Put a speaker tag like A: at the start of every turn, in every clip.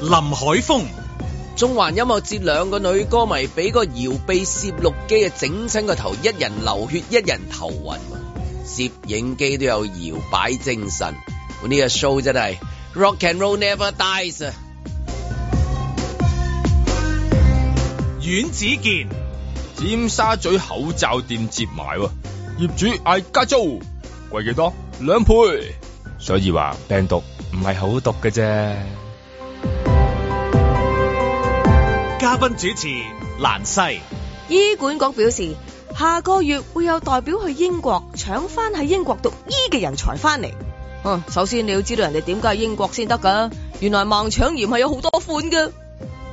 A: 林海峰、
B: 中環音樂節兩個女歌迷俾個搖臂攝錄機啊整親個頭，一人流血，一人頭暈。攝影機都有搖擺精神，我呢個 show 真係 rock and roll never dies 啊！
A: 阮子健、
C: 尖沙咀口罩店接埋喎，業主嗌加租，貴幾多？兩倍。所以話病毒唔係好毒嘅啫。
A: 嘉賓主持蘭西、
D: 醫管局表示，下個月會有代表去英國搶翻喺英國讀醫嘅人才翻嚟。嗯，首先你要知道人哋點解喺英國先得㗎，原來盲腸炎係有好多款㗎。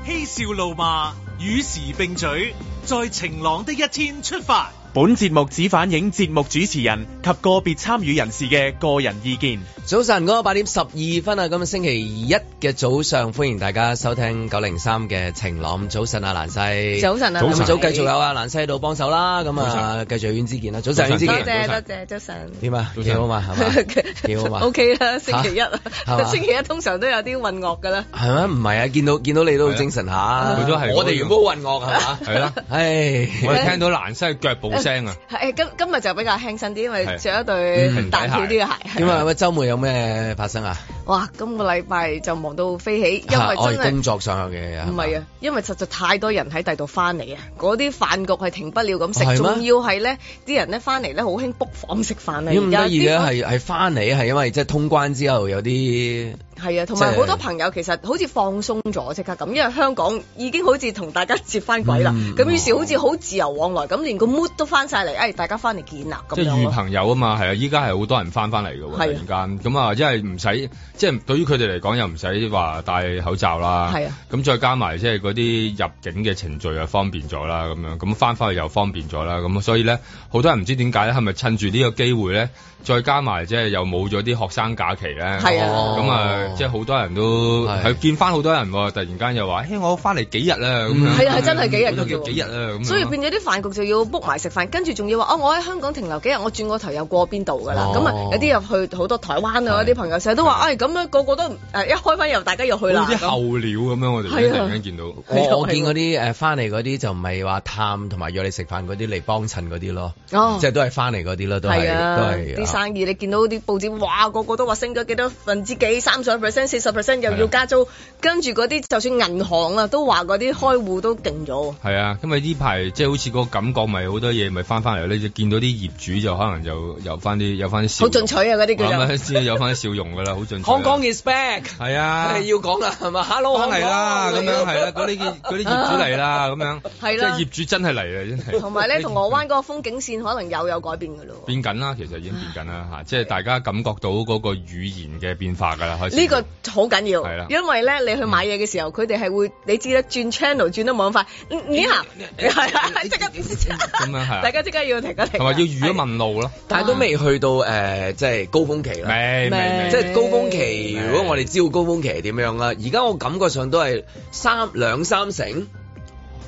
A: 嬉笑怒罵，與時並舉，在晴朗的一天出發。
E: 本節目只反映節目主持人及個別參與人士嘅個人意見。
B: 早晨，嗰個八點十二分啊，今日星期一嘅早上，歡迎大家收聽九零三嘅晴朗早晨啊，蘭西。
D: 早晨啊，
B: 咁
C: 晨
B: 早繼續有啊，蘭西喺度幫手啦，咁啊繼續有阮之健啦，早晨阮之
D: 多
B: 健，早
D: 謝
B: 晨
D: 多謝早晨。
B: 點啊？
C: 早晨
B: 幾好嘛？係嘛？幾啊 好嘛
D: O K 啦，星期一
B: 嚇係嘛
D: 啊，星期一通常都有啲混樂㗎啦。
B: 係咪？唔係啊，見到見到你都好精神下，
C: 佢都係
B: 啊
C: 啊
B: 我哋原本好混樂係嘛？
C: 係啦，
B: 唉，
C: 我哋聽到蘭西嘅腳步聲啊！
D: 係今今日就比較輕身啲，因為
C: 係
D: 着一對
B: 嗯
D: 彈跳啲嘅鞋。
B: 點啊？喂，週末有咩發生啊？
D: 哇！今個禮拜就忙到飛起，因
B: 啊我
D: 為
B: 哋
D: 真
B: 工
D: 係。
B: 作上有嘅嘢
D: 唔係啊，因為實在太多人喺第度翻嚟啊，嗰啲飯局係停不了咁
B: 哦係咩
D: 食，仲要係咧啲人咧翻嚟咧好興 book 房食飯啊！
B: 咁
D: 而家
B: 得意嘅
D: 啲
B: 係係翻嚟係因為即係通關之後有啲
D: 係啊，同
B: 即
D: 埋
B: 係
D: 好多朋友其實好似放鬆咗即刻咁，因為香港已經好似同大家接翻軌啦
B: 嗯，
D: 咁、於是好似好自由往來，咁連個 mood 都翻晒嚟，哎，大家翻嚟見啦咁
C: 即係
D: 樣
C: 遇
D: 咯。
C: 朋友啊嘛，係啊！依家係好多人翻翻嚟嘅喎，
D: 係啊
C: 突然間咁啊，因為唔使即係對於佢哋嚟講又唔使話戴口罩啦，
D: 係啊
C: 咁再加埋即係嗰啲入境嘅程序又方便咗啦，咁樣咁翻翻去又方便咗啦，咁所以咧好多人唔知點解咧，係咪趁住呢個機會咧，再加埋即係又冇咗啲學生假期咧，
D: 係啊
C: 咁啊，即係好多人都
B: 係
C: 係見翻好多人喎，突然間又話：，嘿，我翻嚟幾日啦，咁樣
D: 係啊係真係幾日㗎
C: 都叫
D: 啫喎
C: 幾日啊啦，咁樣
D: 所以變咗啲飯局就要 book 埋食飯，跟住仲要話哦，我喺香港停留幾日，我轉個頭又過邊度㗎啦。
B: 哦
D: 咁啊、有啲入去好多台灣啊，有啲朋友成日都話，哎，咁樣個個都唔誒一開翻又大家又去
C: 好
D: 啦。
C: 似啲
D: 咁
C: 候鳥咁樣，我哋
D: 係啊
C: 突然間見到。
D: 係啊
B: 我我見嗰啲誒翻嚟嗰啲就唔係話探同埋約你食飯嗰啲嚟幫襯嗰啲咯，
D: 哦
B: 即係都係翻嚟嗰啲咯，都係
D: 係
B: 都
D: 啊，
B: 係
D: 啲生意你見到啲報紙，哇，個個都話升咗幾多分之幾，三十 percent、四十 percent
C: 啊
D: 又要加租，跟住嗰啲就算銀行啊，都話嗰啲開戶都勁咗。
C: 係啊，因為呢排即係好似個感覺，咪好多嘢咪翻翻嚟咧，就見到啲業主就可能就有翻啲有翻啲笑
D: 好
C: 容，
D: 進取啊！嗰啲
C: 我
D: 叫
C: 諗
D: 做
C: 緊先 有翻啲笑容噶啦，好 進取啊。
B: 香港 is back，
C: 係啊，
B: 要講啦係嘛？Hello，
D: 哦
C: 翻嚟啦，咁
B: 香港
C: 樣係啦，嗰啲 業嗰啲業主嚟啦，咁樣
D: 係
C: 即係
D: 啦
C: 業主真係嚟啦，真係。
D: 同埋咧，銅鑼灣嗰個風景線可能又有改變㗎咯。
C: 變緊啦，其實已經變緊啦嚇，即係大家感覺到嗰個語言嘅變化㗎啦，開始。
D: 呢個好緊
C: 係啦
D: 要，因為咧你去買嘢嘅時候，佢哋係會你知啦，轉 channel 轉得冇咁快，嗯你行係啊，即刻
C: 咁樣 係啊
D: 大家即刻要停一停，
C: 同埋要預咗問路咯，
B: 但係都未去到誒即係高峰期啦。
C: 未未未
B: 即。係高峰期，
C: 係
B: 如果我哋知道高峰期係點樣啦，而家我感覺上都係三兩三成，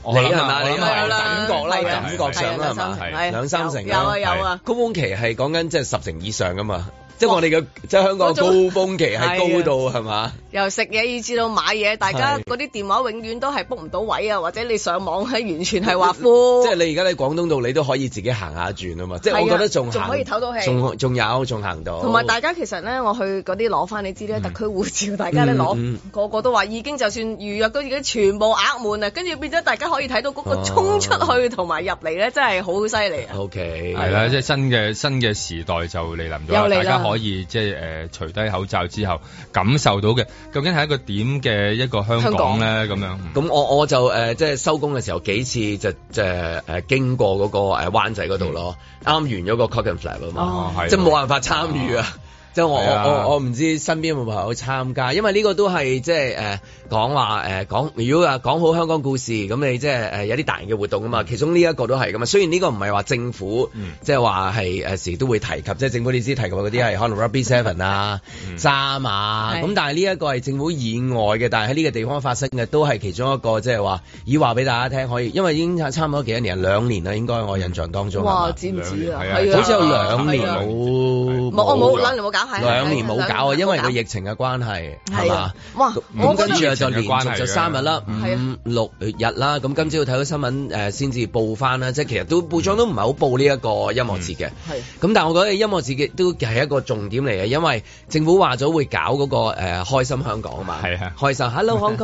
C: 我諗
B: 你係
C: 啊
B: 嘛
C: 我諗
B: 你
C: 係
B: 係啦感覺啦
D: 係啊
C: 感覺
D: 係啊
C: 上啦
B: 係嘛
D: 兩三成
C: 係
B: 兩三成
D: 係啊有啊
B: 啦
D: 有啊。
B: 高峰期係講緊即係十成以上噶嘛，即係我哋嘅即係香港嘅
D: 嗰種
B: 高峰期
C: 啊
B: 係高到係嘛？
D: 由食嘢以至到買嘢，大家
B: 係
D: 嗰啲電話永遠都係 book 唔到位啊，或者你上網係完全係話 full。
B: 即係你而家喺廣東道，你都可以自己行下轉啊嘛！即係我
D: 係啊
B: 覺得仲行
D: 仲可以唞到氣
B: 仲哦仲有仲行到。
D: 同埋大家其實咧，我去嗰啲攞翻你知咧，特區護照大家咧攞、
B: 嗯嗯
D: 個個都話已經就算預約都已經全部額滿啊，跟住變咗大家可以睇到嗰
B: 哦
D: 個衝出去同埋入嚟咧，真係好犀利啊！
B: O K
C: 係啦，即係新嘅新嘅時代就嚟臨咗啦，
D: 又嚟
C: 大
D: 啦
C: 家可以即係誒除低口罩之後感受到嘅，究竟係一個點嘅一個香港咧咁樣。嗯
B: 咁我我就誒、呃即係收工嘅時候幾次就即係誒經過嗰、個誒灣仔嗰度咯，啱、
D: 嗯
B: 完咗個 Cock and Flap 啊嘛，
C: 哦係
B: 即係冇辦法參與啊。即係我
C: 係啊
B: 我我我唔知身邊有冇朋友參加，因為呢個都係即係誒講話誒講，如果話講好香港故事，咁你即係誒有啲大型嘅活動啊嘛，其中呢一個都係噶嘛。啊雖然呢個唔係話政府
C: 嗯
B: 即係話係誒時都會提及，即係政府你知提及嗰啲係可能 Rugby Seven 啊、渣馬
D: 係
B: 咁，但係呢一個係政府以外嘅，但係喺呢個地方發生嘅都係其中一個，即係話以話俾大家聽可以，因為已經差唔多幾多年，兩年啦，應該我印象當中係嘛
D: 哇，知唔知啊？
C: 係啊
D: 係啊，
B: 好似有兩年
D: 係啊
B: 冇
D: 冇我冇兩年冇搞，係
B: 兩年冇搞啊，因為個。
D: 係
B: 疫情嘅關係，係
D: 係
B: 嘛
D: 啊？哇
B: 咁
D: 我覺
B: 跟
D: 得
B: 住啊就連
C: 疫情嘅關
B: 續
C: 係
B: 就三日啦，
D: 係啊
B: 五六日啦。咁今朝睇到新聞誒，先至報翻啦。即係其實都報章都唔係好報呢一個音樂節
C: 嗯
B: 嘅。
D: 係
B: 咁但係我覺得音樂節嘅都係一個重點嚟嘅，因為政府話咗會搞嗰、個誒、呃、開心香港啊嘛，
C: 係啊
B: 開心 Hello Hong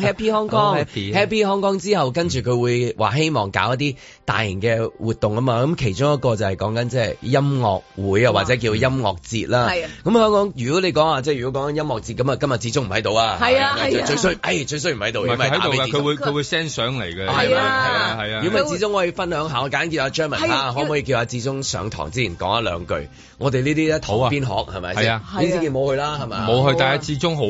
B: Kong，Happy Hong
C: 好
B: Kong，Happy
C: happy
D: 啊
B: Hong Kong 之後，跟住佢會話希望搞一啲大型嘅活動啊嘛，咁其中一個就係講緊即係音樂會啊，或者叫音樂節啦。
D: 係啊
B: 咁香港如果你講啊，即係如果講緊音樂節咁啊，今日始終唔喺度啊，
D: 係啊係啊
B: 最衰，哎最衰唔喺度，
C: 唔係
B: 因為
C: 佢喺
B: 打
C: 度
B: 俾
C: 㗎，
B: 志
C: 佢
B: 忠
C: 會佢會 send 相嚟嘅，
D: 係啊
C: 係啊係啊，
B: 如
C: 因
B: 果
C: 為
B: 咪始終可以分享下，我揀叫阿張文
D: 係啊
B: 啦，
D: 要
B: 可唔可以叫阿志忠上堂之前講一兩句？我哋呢啲咧堂邊學係咪先？
C: 係啊
B: 尹子健冇去啦，係咪？
C: 冇去，
D: 冇啊
C: 但係始終好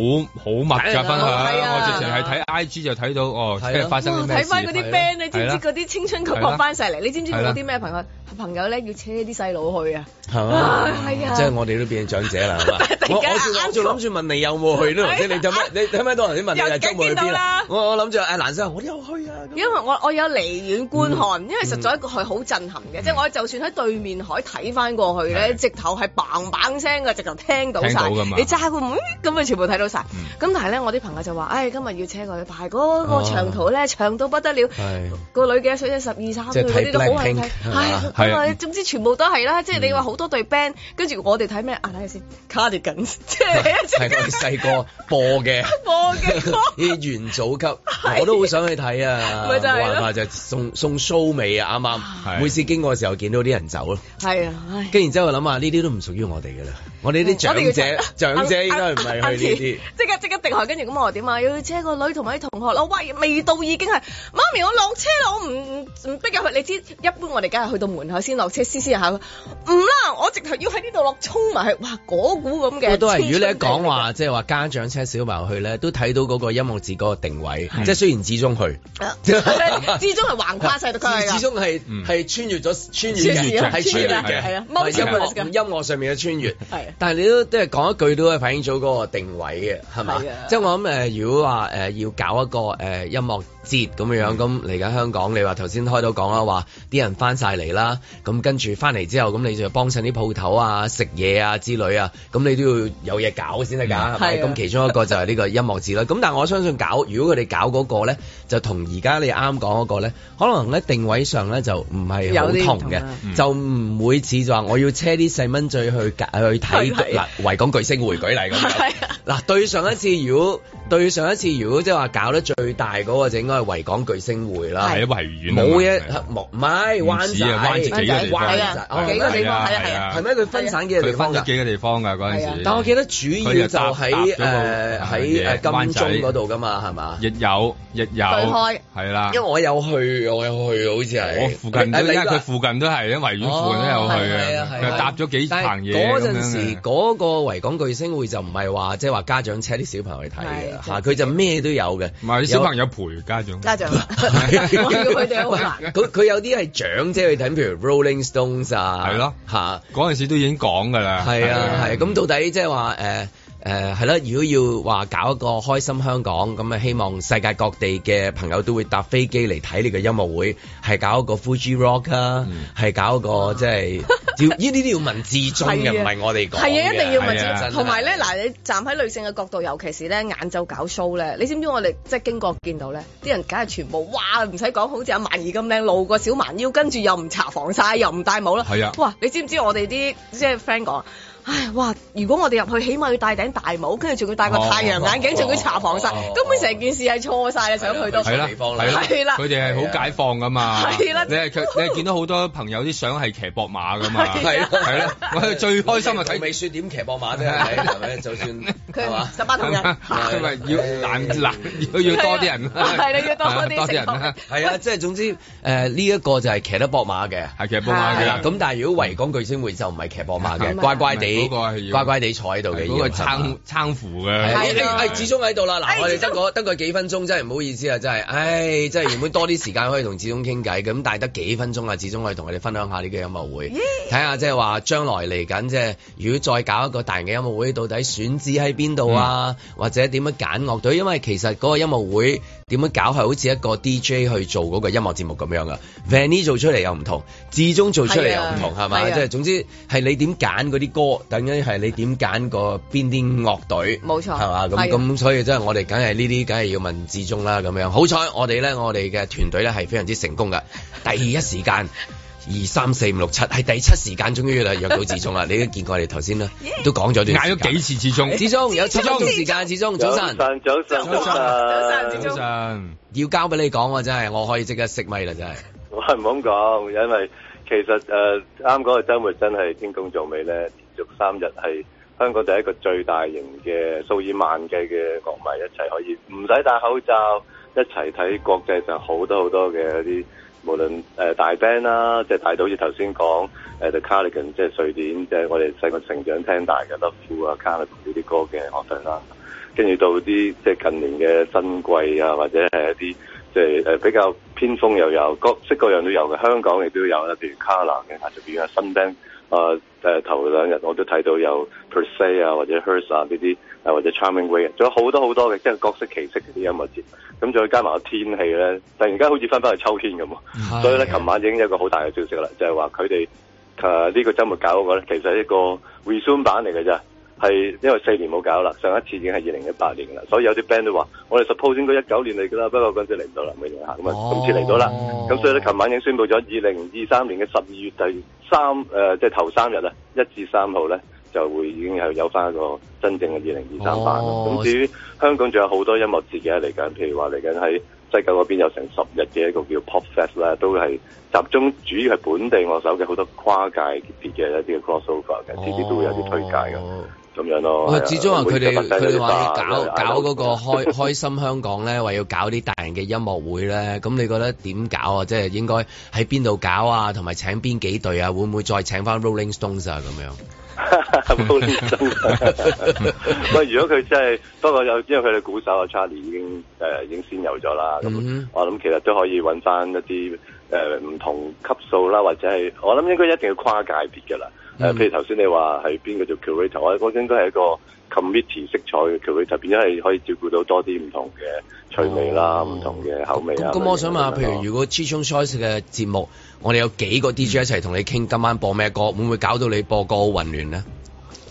C: 好密㗎分享，
B: 梗係啦
D: 係啊
C: 我直情係睇 I G 就睇到哦，即
B: 係啊
C: 係發生啲
D: 哇！
C: 咩
D: 睇
C: 事
D: 翻嗰啲 band，你知
C: 係
D: 唔知
C: 啦
D: 嗰啲青春曲
C: 係啦
D: 學翻晒嚟？你知唔知我
C: 係啦
D: 啲咩朋友朋友咧要車啲細路去啊？
B: 係嘛
D: 啊？係啊
B: 即係我哋都變長者啦，係 嘛？
D: 突
B: 我
D: 然間
B: 我仲我仲諗住問你有冇去咧，頭先你睇咩？你睇咩到頭先問你係周冇去邊
D: 哎啊又梗見到
B: 啊
D: 啦？
B: 我我諗住誒蘭生，我都 有去啊。咁
D: 因為我我有離遠觀看，因為實在一個係好震撼嘅，即係我就算喺對面海睇翻過去咧，
C: 係
D: 直頭係砰砰聲嘅，直頭聽到
C: 聽
D: 晒。
C: 到㗎嘛
D: 你揸個門咁啊，全部睇到晒。咁
C: 嗯
D: 但係咧，我啲朋友就話：，唉，今日要車過去，但係嗰個長途咧長到不得了。
B: 係
D: 個女嘅水姐十二三
B: 即
D: 歲
B: 係睇
D: 嗰啲都好係
B: Blackpink，係
D: 睇，
B: 嘛
D: 係
C: 係
D: 咁
C: 啊
D: 啊！總之全部都係啦，即係你話好多對 band，跟住我哋睇咩啊？睇下先，Cardigans，即係 一隻
B: 係我哋細個播嘅。
D: 哎播嘅歌。
B: 啲元祖 級，
D: 係
B: 我都好想去睇啊！
D: 咪就係
B: 冇
D: 咯
B: 辦法就送送 show 尾啊！啱啱
C: 係
B: 每次經過嘅時候見到啲人走咯。
D: 係啊，唉。
B: 跟然之後諗下，呢啲都唔屬於我哋嘅啦。我哋
D: 嗯
B: 啲長者，長者應該唔係去呢啲。
D: 即刻即刻定下，跟住咁我話點啊？要車個女同埋啲同學咯，喂，未到已經係媽咪，我落車啦，我唔唔唔逼入去。你知一般我哋梗係去到門口先落車，思思下唔啦，我直頭要喺呢度落衝埋去，哇！嗰股咁嘅，
B: 我都係，如果你一講話，即係話家長車小朋友去咧，都睇到嗰個音樂節嗰個定位，即係雖然始終去，
D: 至終係橫跨晒到佢
B: 始
D: 啦。
B: 終係
C: 嗯
B: 係穿越咗穿
D: 穿
B: 越
D: 越
B: 嘅，
D: 嘅
B: 係穿越
C: 穿越
B: 嘅，
C: 嘅係
D: 啊
B: 係音樂
D: multiverse 嘅
B: 音樂上面嘅穿越。
D: 係啊
B: 但係你都即係講一句都係反映咗嗰個定位嘅，係嘛
D: 係啊？
B: 即係我諗誒、呃如果話誒、呃要搞一個誒、呃音樂節咁樣樣，咁嚟緊香港，你話頭先開到講啦，話啲人翻晒嚟啦，咁跟住翻嚟之後，咁你就幫襯啲鋪頭啊、食嘢啊之類啊，咁你都要有嘢搞先得㗎，係咪？
D: 係啊
B: 咁其中一個就係呢個音樂節啦。咁但係我相信搞，如果佢哋搞嗰個咧，就同而家你啱講嗰個咧，可能咧定位上咧就唔係好
D: 有啲唔
B: 同
D: 同
B: 嘅
D: 啊，
C: 嗯
B: 就唔會似就話我要車啲細蚊仔去去睇
D: 係係
B: 嗱維港巨星會舉例咁樣
D: 係啊。
B: 嗱對上一次如果對上一次如果即係話搞得最大嗰個就應該係維港巨星會啦。
C: 係喺維園啊嘛
B: 冇嘢
C: 係啊，
B: 冇唔係灣
C: 唔
B: 仔
C: 止啊灣仔
D: 幾個地方
B: 灣
D: 係
B: 仔
D: 啊
B: 哦
D: 幾個地方
B: 係
D: 係啊係啊
B: 係咩？佢分散幾個地
C: 佢分
B: 方㗎
C: 咗？幾個地方㗎嗰陣
D: 係啊
C: 時。
B: 但我記得主要就喺誒
C: 佢就搭搭咗個
B: 喺誒
C: 嘢灣
B: 金
C: 仔
B: 鐘嗰度㗎嘛，係嘛？
C: 亦有亦有
D: 對開
C: 係啦
B: 因為。我有去，我有去，好似係
C: 啊我附近都，因為佢
B: 近
C: 附近都係，因為維園附近都有去
B: 係啊
C: 嘅，
B: 係啊
C: 佢搭咗幾棚嘢
B: 但係嗰
C: 咁樣
B: 陣時
C: 嘅
B: 嗰個維港巨星會就唔係話即係話家長車啲小朋友去睇嘅
D: 係
B: 嚇，佢就咩都有嘅。
C: 唔係啲小朋友陪家長。
D: 家長，我要佢哋好難。
B: 佢佢有啲係長者去睇，譬如 Rolling Stones 啊，
C: 係咯
B: 嚇。
C: 嗰陣時都已經講㗎啦。
B: 係啊，係咁到底即係話誒誒係啦，如果要話搞一個開心香港咁啊，希望世界各地嘅朋友都會搭飛機嚟睇呢個音樂會，係搞一個 Fuji Rock 啊
C: 嗯，
B: 係搞一個即係要呢啲都要文字中嘅，
D: 係啊
B: 唔係我哋講嘅
D: 係啊，一定要
C: 文字
B: 係啊真
D: 咪
B: 係
D: 知。同埋咧，嗱，你站喺女性嘅角度，尤其是咧晏晝搞 show 咧，你知唔知我哋即係經過見到咧，啲人梗係全部哇，唔使講，好似阿萬兒咁靚，露個小蠻腰，跟住又唔搽防曬，又唔戴帽啦。
C: 係啊
D: 哇！你知唔知我哋啲即係 friend 講？唉，哇！如果我哋入去，起碼要戴頂大帽，跟住仲要戴個太陽眼鏡，仲要搽防
B: 哦哦哦
D: 曬，根本成件事係錯晒啊！想去到
B: 係
C: 係啦，
B: 地方啦
C: 係
D: 係
C: 啦，
D: 啦
C: 佢哋係好解放噶嘛。
D: 係啦
C: 你係佢你係見到好多朋友啲相係騎膊馬噶嘛。
B: 係啊
C: 係啦，我係最開心啊
B: 睇
C: 睇
B: 美雪點騎膊馬啫，係咪？就算係嘛
D: 佢，十八同人，啊
C: 因為要難難要要多啲人啦，啊
D: 係你 要多啲啊
C: 多啲人
D: 成
C: 啦
D: 功，
B: 係啊，即係總之誒呢一個就係騎得膊馬嘅。
C: 係騎膊馬
B: 係
C: 嘅
B: 啦，咁但係如果維港巨星會就唔係騎膊馬嘅，
D: 係
B: 乖乖
C: 嗰個係
B: 地，
C: 要
B: 乖乖地坐喺度嘅，
C: 嗰個
B: 要係嘛
C: 撐撐扶嘅，
B: 係，
D: 係啊
B: 誒誒，志忠喺度啦，嗱，
D: 哎
B: 我哋
D: 志
B: 得
D: 忠
B: 個得個幾分鐘，真係唔好意思啊，真係，唉，真係原本多啲時間可以同志忠傾偈，咁但係得幾分鐘啊，志忠可以同我哋分享下呢個音樂會，睇下即係話將來嚟緊即係如果再搞一個大型嘅音樂會，到底選址喺邊邊度啊，或者點樣揀樂隊，因為其實嗰個音樂會點樣搞係好似一個 DJ 去做嗰個音樂節目咁樣噶 v a n n y 做出嚟又唔同，至中做出嚟又唔同，
D: 係啊
B: 係嘛？
D: 係啊
B: 即係總之係你點揀嗰啲歌，等於係你點揀個邊啲樂隊，
D: 冇錯
B: 係嘛？咁
D: 係啊
B: 咁所以真係我哋梗係呢啲，梗係要問至中啦咁樣。好彩我哋咧，我哋嘅團隊咧係非常之成功噶，第一時間。二三四五六七係第七時間終於啦約到志忠啦，你都見過我哋頭先啦，都講咗段時間
C: 嗌咗幾次始終。
B: 志忠有七分鐘時間，志忠早
F: 晨，
B: 晨，
F: 早晨，
C: 早晨
F: 早
D: 早晨
F: 晨
D: 志。
C: 早晨，
B: 要交俾你講喎，真係我可以即刻熄咪啦，真係。
F: 我係唔好咁講，因為其實誒啱嗰個週末真係天公造美咧，連續三日係香港第一個最大型嘅數以萬計嘅樂迷一齊可以唔使戴口罩一齊睇國際上好多好多嘅一啲。無論誒、呃大 band 啦，即係大到好似頭先講誒 The Cardigan，即係瑞典，即係我哋細個成長聽大嘅 Love You 啊、Cardigan 呢啲歌嘅樂隊啦，跟住到啲即係近年嘅新貴啊，或者係一啲即係呃誒比較偏鋒又有，各式各樣都有嘅。香港亦都有啦，譬如 Carla 嘅下就變咗新 band。誒誒頭兩日我都睇到有 Per Se 啊，或者 Hers 啊呢啲，誒或者 Charming Way，啊仲有好多好多嘅，即係各式其式嘅啲音樂節。咁再加埋個天氣咧，突然間好似翻返去秋天咁喎。所以咧，琴晚已經有一個好大嘅消息啦，就係話佢哋誒呢個週末搞嗰個咧，其實係一個 resume 版嚟嘅咋，係因為四年冇搞啦，上一次已經係二零一八年啦，所以有啲 band 都話我哋 suppose 應該一九年嚟㗎啦，不過嗰陣時嚟唔到啦，咪用下咁啊，今次嚟到啦，
B: 哦
F: 咁所以咧，琴晚已經宣布咗二零二三年嘅十二月第三誒、呃即係頭三日啊，一至三號咧就會已經係有翻一個真正嘅二零二三版啦。咁、
B: 哦
F: 至於香港仲有好多音樂節嘅嚟緊，譬如話嚟緊喺西九嗰邊有成十日嘅一個叫 Pop Fest 啦，都係集中主要係本地樂手嘅好多跨界別嘅一啲嘅 crossover 嘅，呢啲都會有啲推介嘅
B: 哦
F: 咁樣咯。
B: 喂
F: 係啊
B: 志忠話佢哋
F: 會有啲
B: 佢哋
F: buffet
B: 話要
F: 啊
B: 搞
F: 有
B: 搞嗰
F: island
B: 個開 開心香港咧，話要搞啲大型嘅音樂會咧，咁你覺得點搞啊？即係應該喺邊度搞啊？同埋請邊幾隊啊？會唔會再請翻 Rolling Stones 啊？咁樣
F: 冇連登。喂，如果佢真係，不過有因為佢哋鼓手啊 Charlie 已經誒、已經先有咗啦，咁、
B: 嗯
F: 我諗其實都可以揾翻一啲誒唔同級數啦，或者係我諗應該一定要跨界別嘅啦。誒、
B: 嗯
F: 譬如頭先你話係邊個做 curator，我我應該係一個 committee 色彩嘅 curator，變咗係可以照顧到多啲唔同嘅趣味啦、
B: 哦
F: 唔、同嘅口味
B: 咁
F: 啊。
B: 咁我想問下，
F: 類
B: 譬
F: 型咁樣咯
B: 如如果 c h i c h o n Choice 嘅節目，我哋有幾
F: 嗯
B: 個 DJ 一齊同你傾今晚播咩歌，會唔會搞到你播歌好混亂咧？
F: 哦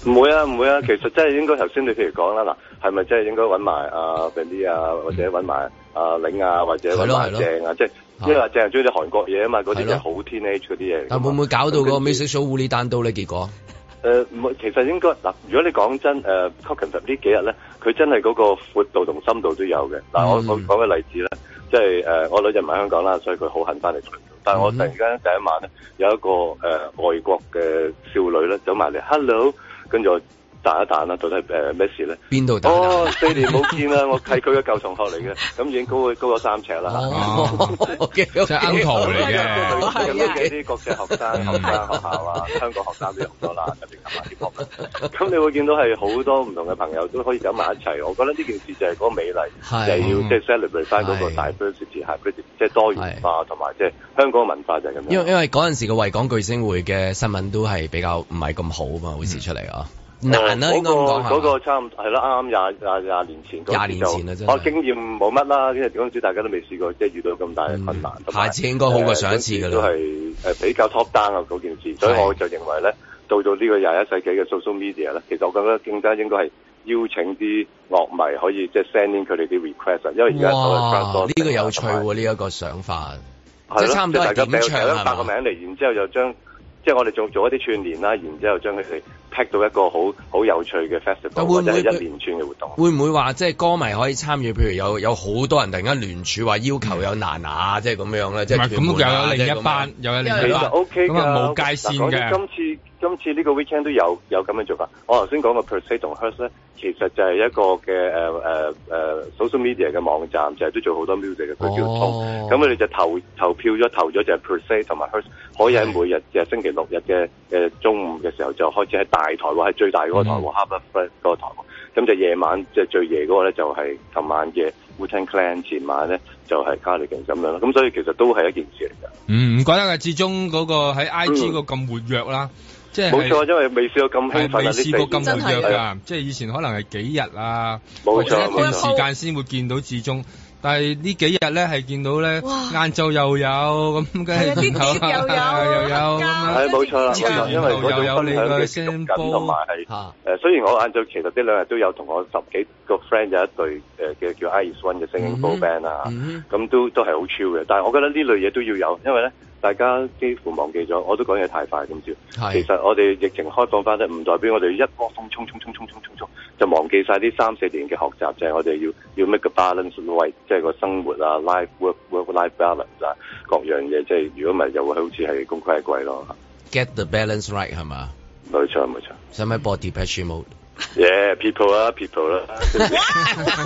F: 唔會啊，唔會啊，其實真係應該頭先你譬如講啦，嗱，係咪真係應該揾埋阿 b e n d y 啊，或者揾埋阿玲啊，或者
B: 係
F: 揾
B: 咯
F: 埋
B: 係咯
F: 鄭啊，即係
B: 啊
F: 因為阿鄭係中意啲韓國嘢啊嘛，嗰
B: 係
F: 啲
B: 咯
F: 真係好 teenage 嗰啲嘢嚟㗎嘛。
B: 但會唔會搞到
F: 咁跟
B: 個
F: 住
B: music show 烏哩單刀咧？結果
F: 誒唔係，其實應該嗱，如果你講真誒 c o c k i n 呢幾日咧，佢真係嗰個闊度同深度都有嘅。嗱、我
B: 嗯
F: 我講嘅例子咧，即係誒、呃我女人唔喺香港啦，所以佢好恨翻嚟佢。但係我
B: 嗯
F: 突然間第一晚咧，有一個誒、呃外國嘅少女咧走埋嚟，hello，跟住我彈一彈啦，到底誒咩事咧？
B: 邊度打打？
F: 哦，四年冇見啦，我係佢嘅舊同學嚟嘅，咁已經高佢高咗三尺啦。
B: 哦，OK，即
C: 即係 uncle 嚟 嘅
F: 咁
B: 係
F: 樣嘅
B: 啊，
F: 啲國際學生、學生學校啊，香港學生都有好多啦，特別琴晚啲學咁你會見到係好多唔同嘅朋友都可以走埋一齊。我覺得呢件事就係嗰個美麗，
B: 係
F: 就係要即係 celebrate 翻嗰個
B: 係
F: diversity、hybrid，即係多元化同埋即係香港嘅文化就係咁
B: 因為
F: 樣。
B: 因為嗰陣時嘅維港巨星會嘅新聞都係比較唔係咁好啊嘛，好似出嚟啊，難啦，
F: 誒
B: 應該咁講
F: 哦嗰個嗰
B: 係嘛
F: 個差唔係啦，啱啱廿廿廿年前嗰時就，
B: 廿年前啊啦真係
F: 我經驗冇乜啦，因為嗰陣時大家都未試過即係遇到咁大嘅困難。
B: 嗯
F: 同埋
B: 下次應該好過上一次㗎
F: 都
B: 啦。
F: 係誒比較 top down 啊嗰件事，所以
B: 嗯係
F: 我就認為咧，到到呢個廿一世紀嘅 social media 咧，其實我覺得更加應該係邀請啲樂迷可以即係 send in 佢哋啲 request 啊，因為而家所謂
B: 哇
F: crowdsourcing，
B: 呢個有趣
F: 同埋
B: 喎，呢一個想法。
F: 係
B: 即
F: 咯
B: 係差唔多係
F: 即大家
B: 點唱啊係嘛
F: 打個名嚟，然之後就將即係我哋做做一啲串連啦，然之後將佢哋 pack 到一個好好有趣嘅 festival
B: 但會唔
F: 或
B: 會
F: 者係一連串嘅活動。
B: 會唔會話即係歌迷可以參與？譬如有有好多人突然間聯署話要求有娜
F: 嗯
B: 娜，即係咁樣咧，
C: 唔
B: 即係
C: 係咁
B: 屯門
C: 又
B: 啊
C: 有
B: 即
C: 另
B: 係咁
C: 一
B: 樣
C: 班，又有另
F: 其實
C: 一班，
F: OK 㗎，
C: 咁啊冇界線
F: 嗱講
C: 嘅
F: 真。今次今次呢個 weekend 都有有咁樣做法。我頭先講個 per se 同 hers 咧，其實就係一個嘅誒誒誒 social media 嘅網站，就係、都做好多 music 嘅，佢叫 Tone。
B: 哦
F: 咁佢哋就投投票咗，投咗就係 per se 同埋 hers，可以喺每日嘅星期六日嘅誒中午嘅時候就開始喺大台喎，係最大嗰個台
C: 嗯
F: 喎，Harbour Front 嗰個台喎。咁就夜晚即係最夜嗰個咧，就係琴晚嘅 Wu-Tang Clan，前晚咧就係 Cardigan 咁樣咯。咁所以其實都係一件事嚟㗎。
C: 嗯，唔怪得啊，志忠嗰個喺 I G 個咁活躍啦，即係
F: 冇錯，因為未試過咁興
C: 係
F: 奮
C: 未
F: 啊！
C: 試過
F: 呢
C: 咁
F: 四
D: 真
F: 年
C: 活
D: 係
C: 躍
F: 係啊
C: 㗎，即係以前可能係幾日啊，
F: 冇
C: 或者
F: 錯
C: 一段
F: 冇
C: 時
F: 錯
C: 間先會見到至終。但係呢幾日咧係見到咧，
D: 哇
C: 晏晝又有咁，跟
D: 係啊
C: 住
D: 啲碟又有
C: 又有咁
D: 加
C: 啊
F: 係冇錯啦，冇錯因為嗰種分享嘅持續感同埋係誒，雖然我晏晝其實呢兩日都有同我十幾個 friend 有一隊誒嘅叫 Iris One 嘅 singing bowl band 啊，
B: 嗯
F: 咁都都係好 chill 嘅。但係我覺得呢類嘢都要有，因為咧大家幾乎忘記咗，我都講嘢太快今朝。
B: 哼，
F: 其
B: 係
F: 實我哋疫情開放翻咧，唔代表我哋一窩蜂衝衝衝衝衝衝衝，就忘記晒呢三四年嘅學習，就係、我哋要要 make a balance，為即係個生活啊、life work work life balance 啊，各樣嘢，即係如果唔係又會好似係功虧一簣咯。
B: get the balance right 係嘛？
F: 冇錯冇錯
B: 使唔使播 Depression Mode？
F: ，yeah，people 啊 people 啦、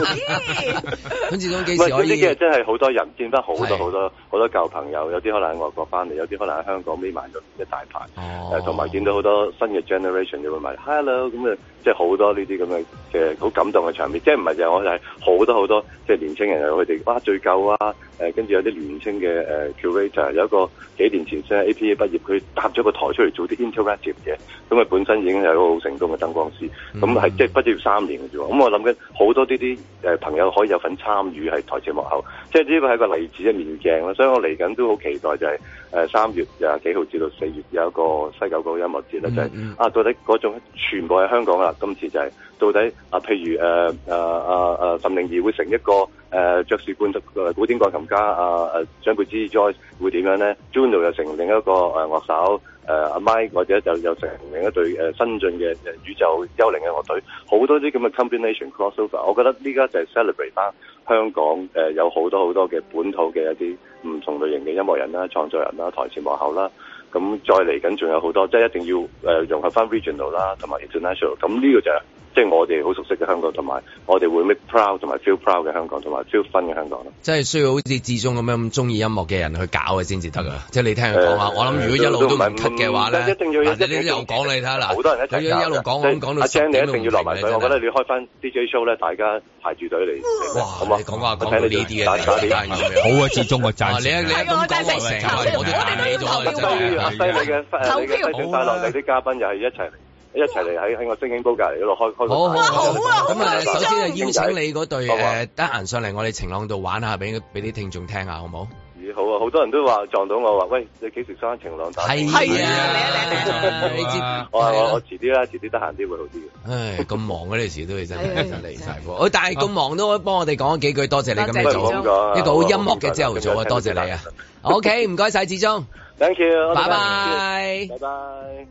B: 咁始終
F: 唔
B: 幾時
F: 係
B: 可
F: 呢
B: 以
F: 啲？嘢真係好多人見得好
B: 係
F: 多好多好多舊朋友，有啲可能喺外國翻嚟，有啲可能喺香港匿埋咗一大排。
B: 哦
F: 誒，呃同埋見到好多新嘅 generation 就會問 hello 咁啊，即係好多呢啲咁嘅嘅好感動嘅場面，即係唔係就係我哋係好多好多即係年青人有佢哋哇最舊啊，誒跟住有啲年青嘅誒 curator 有一個幾年前先喺 APA 畢業，佢搭咗個台出嚟做啲 interactive 嘢，咁佢本身已經係一個好成功嘅燈光師，咁係即係畢業三年嘅啫喎，咁我諗緊好多呢啲誒朋友可以有份參與係台前幕後，即係呢個係一個例子嘅面鏡啦，所以我嚟緊都好期待就係誒呃三月廿幾號至到四月有一個西九嗰個音樂節咧，就係、
B: 嗯嗯
F: 啊，到底嗰種全部喺香港啦，今次就係、到底啊，譬如誒誒誒誒岑寧兒會成一個誒、呃、爵士冠誒古典鋼琴家啊誒張佩芝 Joyce 會點樣咧？Juno 又成另一個誒樂手。誒阿、Mike 或者就又成另一隊誒、呃新進嘅誒宇宙幽靈嘅樂隊，好多啲咁嘅 combination crossover，我覺得呢家就係 celebrate 翻香港誒、呃有好多好多嘅本土嘅一啲唔同類型嘅音樂人啦、創作人啦、台前幕後啦，咁再嚟緊仲有好多，即係一定要誒、呃融合翻 regional 啦，同埋 international，咁呢個就係、即係我哋好熟悉嘅香港，同埋我哋會 make proud 同埋 feel proud 嘅香港，同埋 feel fun 嘅香港咯。
B: 真係需要好似志忠咁樣咁中意音樂嘅人去搞嘅先至得啊！即係你聽佢講下，
F: 誒
B: 我諗如果一路
F: 呃
B: 都唔
F: 都唔係
B: cut 嘅話咧，
F: 一定要
B: 嗱你
F: 一定要
B: 呢度講你睇下嗱，
F: 好多人一齊
B: 你一路講
F: 搞嘅
B: 咁講
F: 阿
B: 到
F: Jan，
B: 十
F: 你
B: 點
F: 一
B: 都
F: 定要
B: 唔
F: 落
B: 停
F: 埋
B: 你
F: 水，我覺
B: 真
F: 得
B: 係
F: 你要開翻 DJ show 咧，大家排住隊嚟。嚟好
B: 哇！
F: 嘛
B: 你講話講
F: 我
B: 到
F: 睇
B: 呢
F: 你
B: 啲
F: 打
B: 啊，
F: 打
B: 真係
F: 啲
B: 單咁樣。
C: 好啊，志忠我
B: 啊
C: 贊
B: 你一你一
C: 成。
B: 咁講話成我哋彈起咗啦，真係
F: 阿西你嘅誒你嘅西選快樂，你啲嘉賓又係一齊嚟，一齊嚟喺喺我星星煲隔離嗰度開開個
B: 好
F: 大
B: 好
D: 好
B: 好
D: 啊好啊
B: 咁啊！
D: 好啊
B: 首先就邀請你嗰隊
F: 好啊
B: 誒得閒上嚟我哋晴朗度玩下，俾俾啲聽眾聽下好冇？
F: 咦好啊！好多人都話撞到我話，喂，你幾時翻晴朗打？
B: 係
D: 啊嚟
B: 啊
D: 啊
B: 你知
F: 我話我
B: 係
F: 我
B: 啊
F: 遲啲啦，遲啲得閒啲會好啲嘅。
B: 唉，咁忙嗰陣時都係真係
D: 係
B: 真係離晒譜。哦但係咁忙都可以幫我哋講幾句，多謝你今日
D: 多謝
B: 早
D: 志忠
B: 一個好音樂嘅朝頭早啊，多謝你啊！OK，唔該晒志忠，
F: ！Thank you，
B: 拜拜。
F: 拜拜。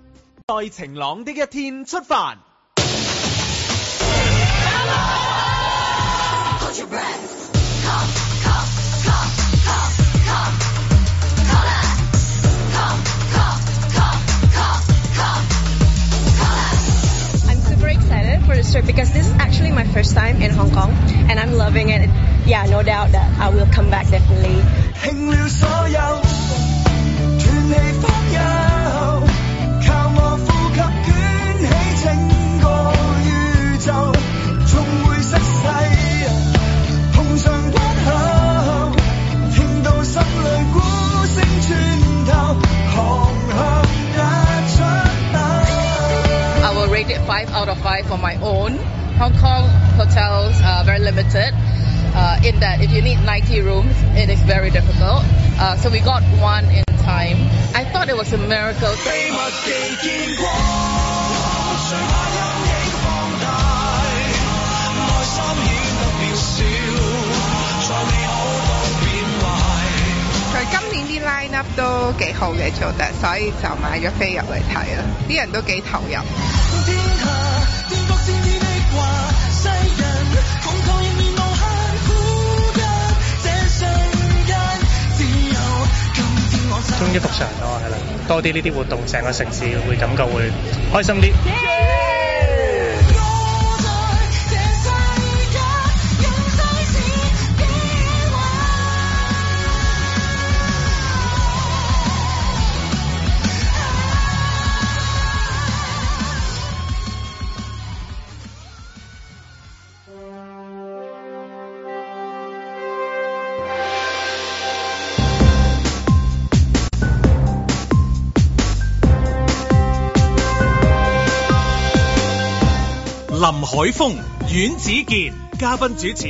E: 在晴朗的一天出發。
G: I'm super excited for this trip because this is actually my first time in Hong Kong and I'm loving it. Yeah, no doubt that I will come back definitely.
H: 拼了所有，斷氣方休，靠我呼吸捲起整個宇宙，縱會失勢，碰上關口，聽到心裏鼓聲穿透，狂向壓出鬥。
I: I will rate it five out of five for my own. Hong Kong hotels are very limited. Uh, in that, if you need 90 rooms, it is very difficult. Uh, so we got one in time. I thought it was a miracle.
H: 秘密地見過，最怕陰影放大，內心顯得渺小，在美好都變壞。
J: 佢今年啲 line up 都幾好嘅做得，所以就買咗飛入嚟睇啦。啲人都幾投入。
H: 天下顛覆先知的話，世人恐懼仍然無限呼吸，這瞬間只有今天我真。
K: 終於復常咯，係啦，多啲呢啲活動，成個城市會感覺會開心啲。
H: 我在這世界，人世是變幻。
B: Hãy subscribe cho kênh Ghiền Mì Gõ Để không bỏ lỡ
A: 林海峰、阮子健，嘉賓主持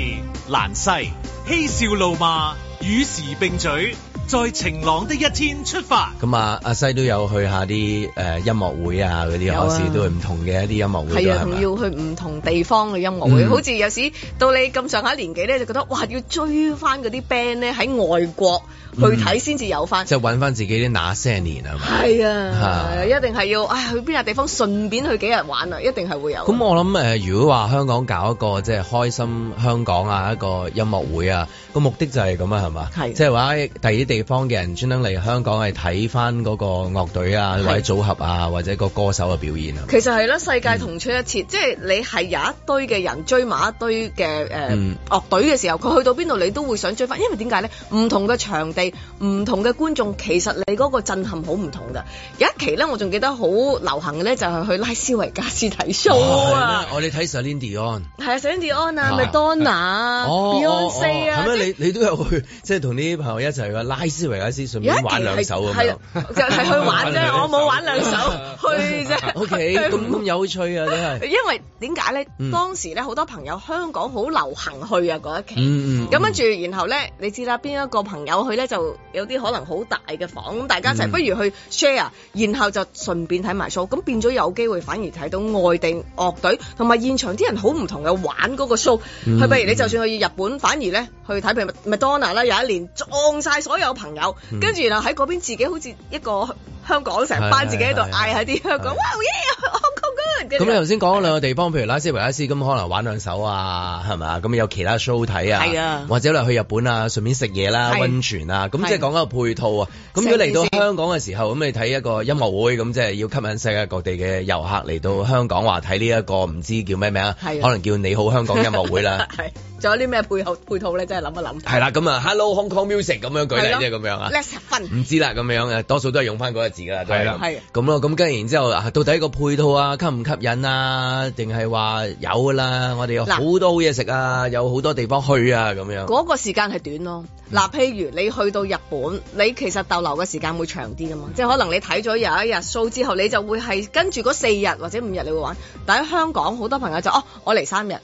A: 蘭西，嬉笑怒罵，與時並舉，在晴朗的一天出發。
B: 咁啊，阿西都有去下啲誒音樂會啊嗰啲，
D: 有啊
B: 有時都會唔同嘅一啲音樂會
D: 係
B: 都
D: 啊，
B: 係
D: 仲
B: 咪？
D: 要去唔同地方嘅音樂會，
B: 嗯
D: 好似有時到你咁上下年紀咧，就覺得哇，要追翻嗰啲 band 咧喺外國
B: Ừ.
D: 去睇先至有
B: 嗯
D: 翻。
B: 即係揾翻自己啲那些年係咪？
D: 係啊，
B: 啊
D: 一定係要唉去邊個地方順便去幾日玩啊，一定係會有。
B: 咁我諗誒、呃如果話香港搞一個即係開心香港啊一個音樂會啊，個目的就係咁啊，係嘛？係，即係話第啲地方嘅人專登嚟香港係睇翻嗰個樂隊啊，或者組合啊，或者個歌手嘅表演啊。
D: 其實係啦，世界同出一轍，
B: 嗯
D: 即係你係有一堆嘅人追埋一堆嘅誒
B: 嗯
D: 樂隊嘅時候，佢去到邊度你都會想追翻，因為點解咧？唔同嘅場地、唔同嘅觀眾，其實你嗰個震撼好唔同㗎。有一期咧，我仲記得好流行嘅咧，就係去拉斯維加斯睇 show
B: 哦哇係
D: 啊
B: 咩，我哋睇 Celine Dion。
D: 係啊 c e l i n 啊
B: 啊
D: ，Madonna 啊
B: 哦
D: ，Beyonce
B: 係
D: 啊，即係
B: 咩？你你都有去， 即係同啲朋友一齊去拉斯維加斯，順
D: 有一
B: 便
D: 期
B: 玩兩首咁
D: 係
B: 樣
D: 啊。就係 去玩啫，我冇玩兩首，去啫。
B: O K，咁 咁有趣啊，真係。
D: 因為點解咧？
B: 嗯
D: 當時咧好多朋友香港好流行去啊嗰一期，
B: 嗯嗯
D: 咁跟住然後咧，你知啦，邊一個朋友去咧就有啲可能好大嘅房，咁大家一齊
L: 嗯
D: 不如去 share，然後就順便睇埋 show，咁變咗有機會反而睇到外地樂隊同埋現場啲人好唔同嘅玩嗰個 show，
L: 嗯
D: 係不如你就算去日本，反而咧去睇譬如 Madonna 啦，有一年撞晒所有朋友，
L: 嗯
D: 跟住然後喺嗰邊自己好似一個香港成
B: 係
D: 班自己喺度
B: 係
D: 嗌喺啲香港，哇 yeah，Hong Kong good，
B: 咁你頭先講嗰兩個地方，譬如拉斯維加斯，咁可能玩兩首啊，係咪啊？咁有其他 show 睇啊，
D: 係啊
B: 或者你去日本啊，順便食嘢啦、
D: 係
B: 温泉啊，咁即係
D: 係
B: 講緊個配套啊。咁如果嚟到香港嘅時候，咁你睇一個音樂會，咁即係要吸引世界各地嘅遊客嚟到香港話睇呢一個唔知叫咩名啊，
D: 係啊
B: 可能叫你好香港音樂會 啦。
D: 係，仲有啲咩配套配套咧？真係諗一諗。
B: 係啦，咁啊，Hello Hong Kong Music 咁樣舉例啫，咁樣啊。
D: Let's have fun。
B: 唔知啦，咁樣誒，多數都係用翻嗰個字㗎啦，都係
D: 係啦係啊
B: 咁咯，咁跟住然之後，啊到底個配套啊，吸唔吸引啊？定係話有㗎啦，我哋有好多好嘢食啊，有好多地方去啊，咁樣。
D: 嗰個時間係短咯。嗱，譬如你去到日本，你其實逗留嘅時間會長啲噶嘛，即係可能你睇咗有一日 show 之後，你就會係跟住嗰四日或者五日你會玩。但喺香港好多朋友就哦，我嚟三日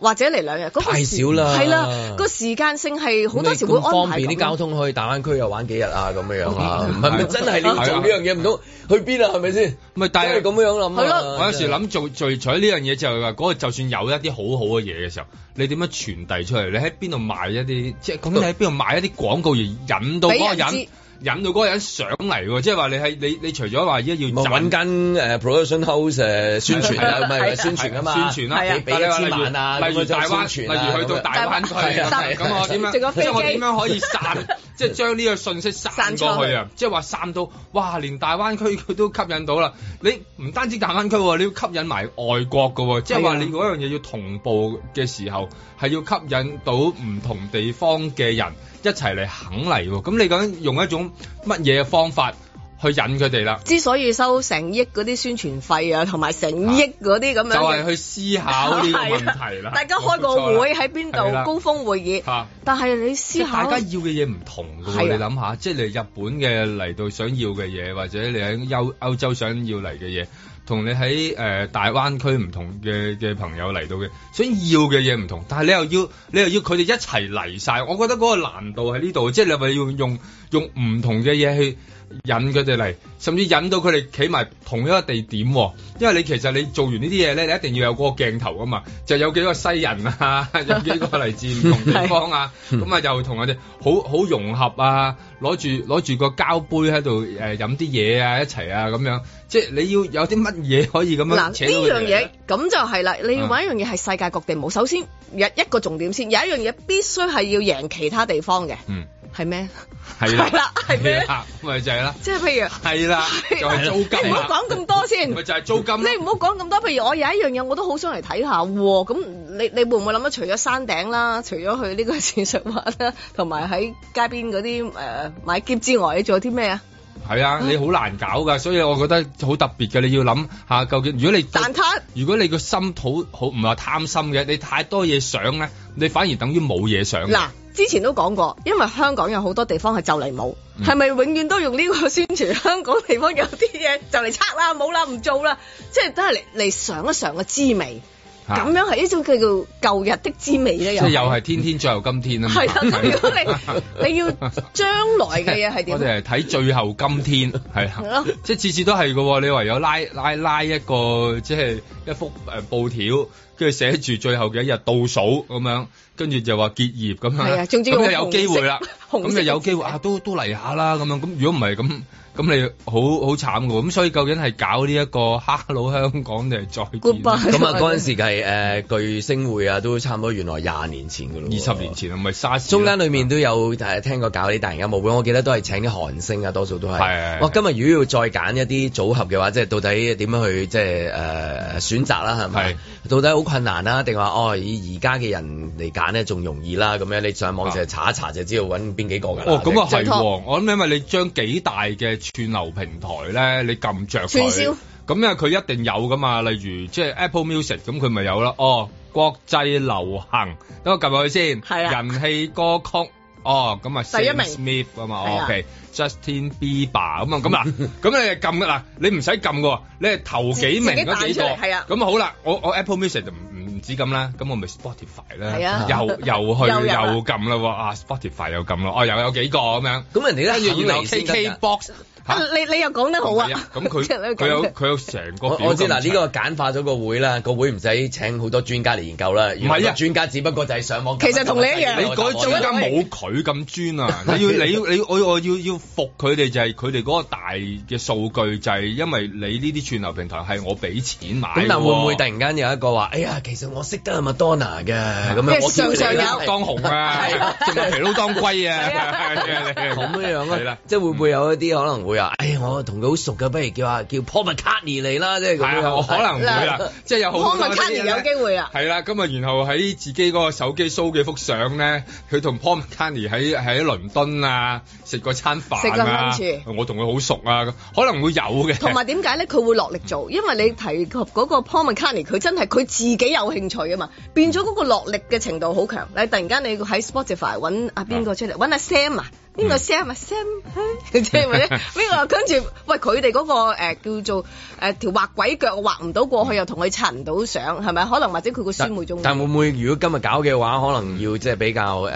D: 或者嚟兩日，嗰、個
B: 太少啦
D: 係啦，個時間性係好多時會
B: 咁
D: 安
B: 方
D: 排
B: 便
D: 咁
B: 啲交通去大灣區又玩幾日啊，咁樣啊，唔係
C: 係
B: 咪真係你要做呢樣嘢？唔通去邊啊？係咪先？
C: 咪但係
B: 真係咁樣諗啊。
C: 我有時諗做聚取呢樣嘢就係話，嗰個就算有一啲好好嘅嘢嘅時候，你點樣傳遞出嚟？你喺邊度賣一啲，即係咁你喺邊度賣一啲廣告而引到嗰個
B: 嗯俾人
C: 人
B: 知。
C: 引到嗰個人上嚟喎，即係話你係你你除咗話而家要
B: 咪揾間誒 production house 誒宣傳啊，唔係宣傳啊嘛，
C: 宣傳啦，
B: 俾俾一千萬啊，
C: 例如
B: 咁樣
C: 大灣，
B: 宣
C: 例
B: 傳啊
C: 如去到大灣區咁，咁我點 樣，即係我點樣可以散，即係將呢個信息散過去啊？即係話散到，哇！連大灣區佢都吸引到啦。你唔單止大灣區喎，你要吸引埋外國嘅喎，即係話你嗰樣嘢要同步嘅時候，係要吸引到唔同地方嘅人一齊嚟肯嚟喎。咁你究竟用一種乜嘢方法去引佢哋啦？
D: 之所以收成億嗰啲宣傳費啊，同埋成億嗰啲咁樣
C: 就
D: 嘅啊
C: 係去思考呢 個問題啦。
D: 大家開個會喺邊
C: 係啦
D: 度高峰會議
C: 嚇，
D: 但係你
C: 即
D: 思
C: 係大
D: 考
C: 家要嘅嘢唔同嘅
D: 係
C: 喎，
D: 啊
C: 你諗下，即係你日本嘅嚟到想要嘅嘢，或者你喺歐歐洲想要嚟嘅嘢，同你喺誒、呃大灣區唔同嘅嘅朋友嚟到嘅想要嘅嘢唔同，但係你又要你又要佢哋一齊嚟晒，我覺得嗰個難度喺呢度，即係你咪要用用唔同嘅嘢去引佢哋嚟，甚至引到佢哋企埋同一個地點喎，因為你其實你做完呢啲嘢咧，你一定要有嗰個鏡頭啊嘛，就有幾個西人啊， 有幾個嚟自唔同地方 啊，
D: 嗯
C: 咁啊又同我哋好好融合啊，攞住攞住個膠杯喺度誒飲啲嘢啊，一齊啊咁樣，即係你要有啲乜嘢可以咁樣
D: 嗱呢
C: 扯到佢哋
D: 樣
C: 嚟嗯
D: 嘢咁就係啦，你要揾一樣嘢係世界各地冇。首先有一個重點先，有一樣嘢必須係要贏其他地方嘅，
C: 嗯，
D: 係咩？
C: 係
D: 係啦
C: 啦，
D: 係咩
C: 啦，咪就係啦，
D: 即係譬如。
C: 係啦，就係租金
D: 你 唔
C: 啦
D: 好講咁多先，
C: 咪就係租金咯
D: 你唔好講咁多，譬如我有一樣嘢我都好想嚟睇下喎，咁你你會唔會諗到除咗山頂啦，除咗去呢個 淺水灣啦，同埋喺街邊嗰啲誒買喼之外，你仲有啲咩啊？
C: 係啊，你好難搞㗎，所以我覺得好特別嘅，你要諗下究竟，如果你
D: 蛋撻，
C: 如果你個心肚好唔係話貪心嘅，你太多嘢想咧，你反而等於冇嘢想。
D: 嗱，之前都講過，因為香港有好多地方係就嚟冇，
C: 嗯
D: 係咪、永遠都用呢個宣傳香港地方有啲嘢就嚟拆啦、冇啦、唔做啦，即係都係嚟嚟嘗一嘗個滋味。咁樣係一種叫做舊日的滋味咧，
C: 即
D: 又
C: 係又係天天最後今天啊嘛。
D: 係啦。咁如果你 你要啊將來嘅嘢係
C: 我
D: 點？
C: 哋係睇最後今天係
D: 係
C: 啦
D: 咯，
C: 即係次次都係嘅喎。你唯有拉拉拉一個即係一幅誒報條，跟住寫住最後嘅一日倒數咁樣，跟住就話結業咁樣。
D: 係啊總之
C: 咁
D: 用
C: 就有機會啦，
D: 紅色
C: 咁就有機會啊，都都嚟下啦咁樣。咁如果唔係咁。咁你好好慘嘅喎，咁所以究竟係搞呢一個 Hello 香港定係再見？
B: 咁啊，嗰陣時係誒、呃巨星會啊，都差唔多原來廿年前噶咯，二
C: 十年前啊，咪沙士
B: 中間裏面都有呃誒聽過搞啲大型音樂會，我記得都係請啲韓星啊，多數都係。
C: 係
B: 哇！今日如果要再揀一啲組合嘅話，即係到底點樣去即係誒、呃、選擇啦，係咪？到底好困難啦，定話哦以而家嘅人嚟揀咧仲容易啦咁樣？你上網就查一查就知道揾邊幾個㗎啦。
C: 啊哦，咁啊
B: 即
C: 係喎，我諗因為你將幾大嘅串流平台咧，你撳着佢，
B: 串燒
C: 咁因為佢一定有噶嘛，例如即係 Apple Music，咁佢咪有啦。哦，國際流行，等我撳入去先，係啦，人氣歌曲。哦，咁啊
B: 第一
C: Sam
B: 名
C: Smith 啊嘛
B: 係
C: 哦
B: 啊
C: ，OK，Justin Bieber 咁啊，咁 嗱，咁你就撳㗎嗱，你唔使撳㗎喎，你係頭幾名嗰
D: 自
C: 幾
D: 己彈出
C: 個，
D: 嚟係啊
C: 咁好啦，我我 Apple Music 就唔唔止咁啦，咁我咪 Spotify
B: 係
C: 啦
B: 啊，
C: 又又去
B: 又入啦
C: 又撳啦喎，啊 Spotify 又撳啦，哦又有幾個咁樣，
B: 咁人哋都
C: 跟住
B: 肯
C: 然後
B: 嚟先得
C: KK
B: 㗎
C: box 嚇
D: 啊你你又講得好啊
C: 唔係！咁
D: 即係
C: 佢
D: 你
C: 佢有
D: 講得
C: 佢有成個
B: 我
C: 表
B: 我知嗱，
C: 咁
B: 呢個簡化咗個會啦，個會唔使請好多專家嚟研究啦。
C: 唔
B: 唔
C: 係
B: 係
C: 啊
B: 啊，專家只不過就係上網。
D: 其實同你一樣
C: 你嗰啲專家冇佢咁專 啊！你要你要你我我要要服佢哋就係佢哋嗰個大嘅數據就係因為你呢啲串流平台係我俾錢買
B: 咁
C: 㗎
B: 但會唔會
C: 喎
B: 突然間有一個話，哎呀，其實我識得 Madonna 嘅，咁樣我
C: 上上
B: 上
C: 有當紅啊，仲有皮佬當龜啊，咁係
B: 咁樣樣
C: 啦
B: 啊，即係會唔會有一啲可能會啊？哎，我同佢好熟㗎，不如叫啊叫 Paul McCartney 嚟啦，即係咁
C: 係啊，我
B: 樣。
C: 可能會啦，即係有好多
D: Paul
C: 呢啲
D: McCartney
C: 咧
D: 有機會啦。
C: 係啦，咁啊，然後喺自己嗰個手機 show 嘅幅相咧，佢同 Paul McCartney 喺喺倫敦啊，食過餐
D: 食
C: 飯
D: 過
C: 啊
D: lunch，
C: 我同佢好熟啊，咁可能會有 嘅。
D: 同埋點解咧？佢會落力做，因為你提及嗰個 Paul McCartney，佢真係佢自己有興趣啊嘛，變咗嗰個落力嘅程度好強。你突然間你喺 Spotify 揾啊邊個出嚟，
B: 嗯
D: 揾阿 Sam 啊，邊個 Sam 啊 Sam，即係 或者邊個跟住喂佢哋嗰個、呃、叫做誒、呃、條畫鬼腳畫唔到過去，又同佢襯唔到相，係咪？可能或者佢個孫妹中意。
B: 但會唔會如果今日搞嘅話，可能要即係比較誒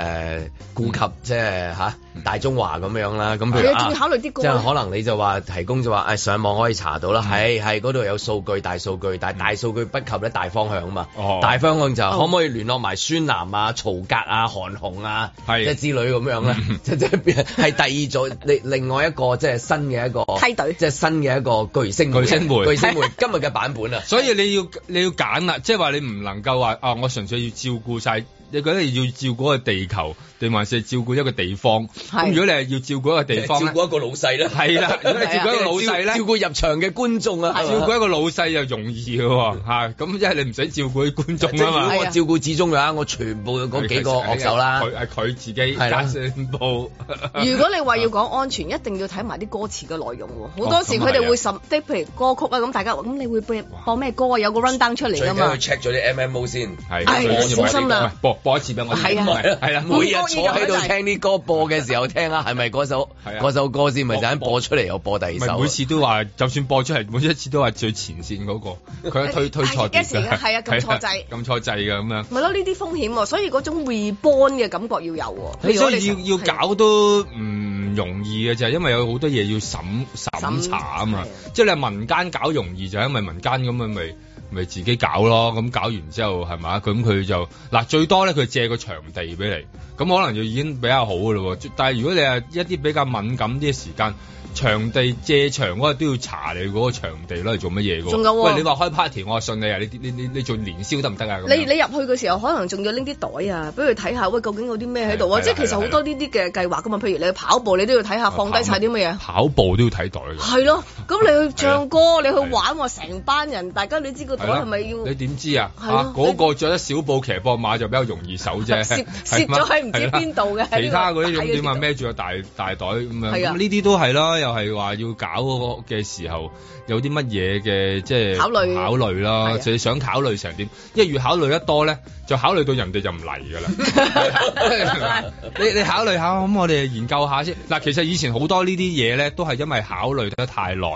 B: 顧及即係吓
C: 嗯
B: 大中華咁樣啦。咁譬
D: 你
B: 如
D: 嗯仲
B: 啊
D: 要考慮啲歌
B: 即
D: 咧
B: 係可能你就話提供就話誒上網可以查
C: 嗯
B: 到啦，係係嗰度有數據大數據，但係大數據不及咧大方向啊嘛。
C: 哦
B: 大方向
D: 哦
B: 就可唔可以聯絡埋孫楠啊、曹格啊、韓紅啊，即係之類咁樣咧， 即即係係第二組 另另外一個即係新嘅一個
C: 梯
D: 隊，
B: 即係新嘅一個巨星
C: 巨星會
B: 巨星會今日嘅版本啊。
C: 所以你要你要揀啦，即係話你唔能夠話啊，我純粹要照顧晒，你覺得你要照顧一個地球，定還是照顧一個地方？咁如果你係要照顧一個 地方
B: 照顧一個老細咧，
C: 係 啦，如果你照顧一個老細咧
B: 照。顧入場嘅觀眾啊，
C: 照顧一個老細又容易嘅喎，嚇咁因為你唔使照顧啲觀
B: 即係
C: 眾啊
B: 如
C: 嘛。
B: 果我照顧至中嘅話，我全部嗰幾個樂手啦，
C: 佢係佢自己
B: 係啦
C: 加聲部。
D: 如果你話要講安全，一定要睇埋啲歌詞嘅內容喎。好
C: 哦
D: 多時
C: 咁係
D: 佢
C: 啊
D: 哋會審，即係譬如歌曲啊，咁大家話咁你會播播咩歌啊？有個 run down 出嚟
B: 最
D: 㗎
B: 緊要
D: 嘛。
B: check 咗啲 MMO 先，
C: 係
D: 係
B: 最緊要
D: 小心啦
B: 買啲
C: 播
B: 歌
C: 播一次俾我
D: 係啊
B: 係啦，每日坐喺度
D: 唔覺意㗎
B: 聽啲歌播嘅時候聽下係咪嗰首嗰首歌先，咪就咁播出嚟又播第二
C: 唔
B: 首
D: 啊
C: 係。每次都話，就算播出嚟，每一次都話最前線嗰、個，佢 一推推錯碟
D: 係一時
C: 㗎，
D: 嘅係啊撳錯掣
C: 係啊撳錯掣㗎咁樣。
D: 咪咯，呢啲風險喎，所以嗰種 reborn 嘅感覺要有喎。譬如
C: 所
D: 我哋
C: 以要要搞都唔容易嘅，就係因為有好多嘢要審審查啊嘛。即係你民間搞容易，就係因為民間咁咪咪咪自己搞咯。咁搞完之後係嘛？咁佢就嗱最多咧，佢借個場地俾你，咁可能就已經比較好嘅咯喎。但係如果你係一啲比較敏感啲嘅時間。場地借場嗰日都要查你嗰個場地攞嚟做乜嘢嘅喎？
D: 仲有喎
C: 喂，你話開 party，我話信你啊！你你你你做年宵得唔得啊？咁樣
D: 你你入去嘅時候，可能仲要拎啲袋啊，俾佢睇下，喂，究竟有啲咩喺度啊？
C: 係
D: 即係其
C: 係
D: 實
C: 啦
D: 好多呢啲嘅計劃㗎嘛。譬如你去跑步，你都要睇下放低晒啲乜嘢。
C: 跑步都要睇袋嘅。
D: 係咯，咁你去唱歌，你去玩喎，成班人，大家你知個袋
C: 啦
D: 係咪 要？
C: 你點知啊？
D: 係咯
C: 啊嗰個着得小布騎膊馬就比較容易手啫，
D: 攝
C: 係嘛
D: 攝咗喺唔知邊度嘅
C: 係啦 其他嗰啲咁點
D: 喺
C: 啊？
D: 個
C: 孭住個大大袋咁樣，
D: 係啊
C: 咁呢啲都係啦，又係話要搞嗰個嘅時候有啲乜嘢嘅即係
D: 考慮啊
C: 考慮啦，就係想考慮成點？因為越考慮得多咧，就考慮到人哋就唔嚟㗎啦。你你考慮下，咁我哋研究下先。嗱，其實以前好多呢啲嘢咧，都係因為考慮得太耐，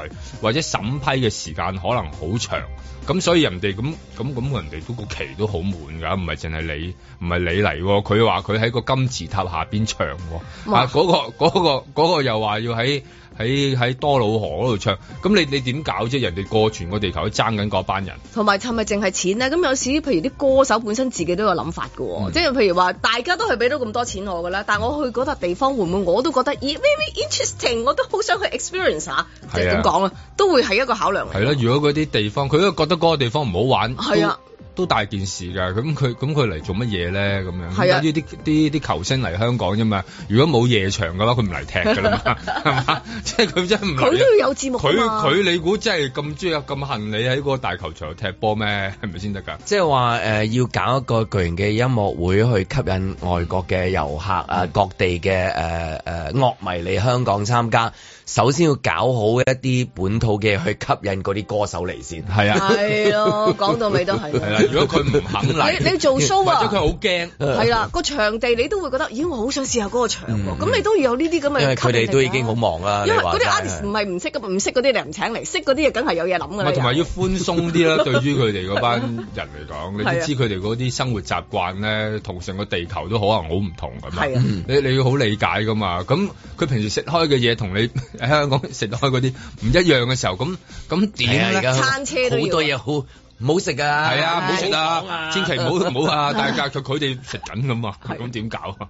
C: 或者審批嘅時間可能好長，咁所所以人哋咁咁咁，人哋都個期都好滿㗎，唔係淨係你，唔係你嚟喎。佢話佢喺個金字塔下邊唱喎，
L: 哇
C: 啊嗰、個嗰、個嗰、個又話要喺喺喺多瑙河嗰度唱，咁你你點搞啫？人哋過全個地球都爭緊嗰班人。
D: 同埋係咪淨係錢咧？咁有時譬如啲歌手本身自己都有諗法嘅喎，即係譬如話大家都係俾到咁多錢我㗎啦，但我去嗰笪地方會唔會我都覺得咦 very interesting，我都好想去 experience 下，即係點講啊，都會係一個考量嚟。
C: 係啦，如果嗰啲地方，佢都覺得嗰個地方唔好玩，
D: 係啊
C: 都，都大件事㗎。咁佢咁佢嚟做乜嘢咧？咁樣
D: 係啊
C: 等於啲啲啲球星嚟香港啫嘛。如果冇夜場嘅話，佢唔嚟踢㗎啦 嘛，係嘛？ 即係佢真係唔嚟啊。
D: 佢都要有節目
C: 佢
D: 㗎嘛
C: 佢你估真係咁中意咁恨你喺個大球場度踢波咩？係咪先得㗎？
B: 即係話誒，要搞一個巨型嘅音樂會去吸引外國嘅遊客啊，各地嘅誒誒樂迷嚟香港參加。首先要搞好一啲本土嘅去吸引嗰啲歌手嚟先。
C: 係
D: 啊係咯講到尾都係
B: 係
C: 啦，如果佢唔肯
B: 嚟
D: 你你做 show 啊
B: 或者佢
C: 好驚
D: 係啦，個場地你都會覺得咦，我好想試下嗰個場喎，咁你都要有呢啲咁嘅
B: 因為佢
D: 吸引
B: 哋
D: 力
B: 都
D: 㗎
B: 已經好忙啦。
D: 因為
B: 你話啊
D: 嗰啲
B: 齋
D: artist 唔係唔識咁，唔識嗰啲你唔請嚟，識嗰啲嘢梗係有嘢諗㗎
C: 咪
D: 啦。
C: 同埋要寬鬆啲啦，對於佢哋嗰班人嚟講，你
D: 係啊
C: 都知佢哋嗰啲生活習慣咧，同成個地球都可能好唔同咁
D: 係啊嗯
C: 你你要好理解噶嘛。咁佢平時食開嘅嘢同你 喺香港食開嗰啲唔一樣嘅時候，咁咁
B: 係啊
C: 點
B: 而家
C: 咧？
B: 餐車都要好多嘢好唔好食㗎？係
C: 係啊，唔好食啊，千祈唔好唔好啊！大
E: 係
C: 家佢佢哋食緊咁啊，咁點搞啊？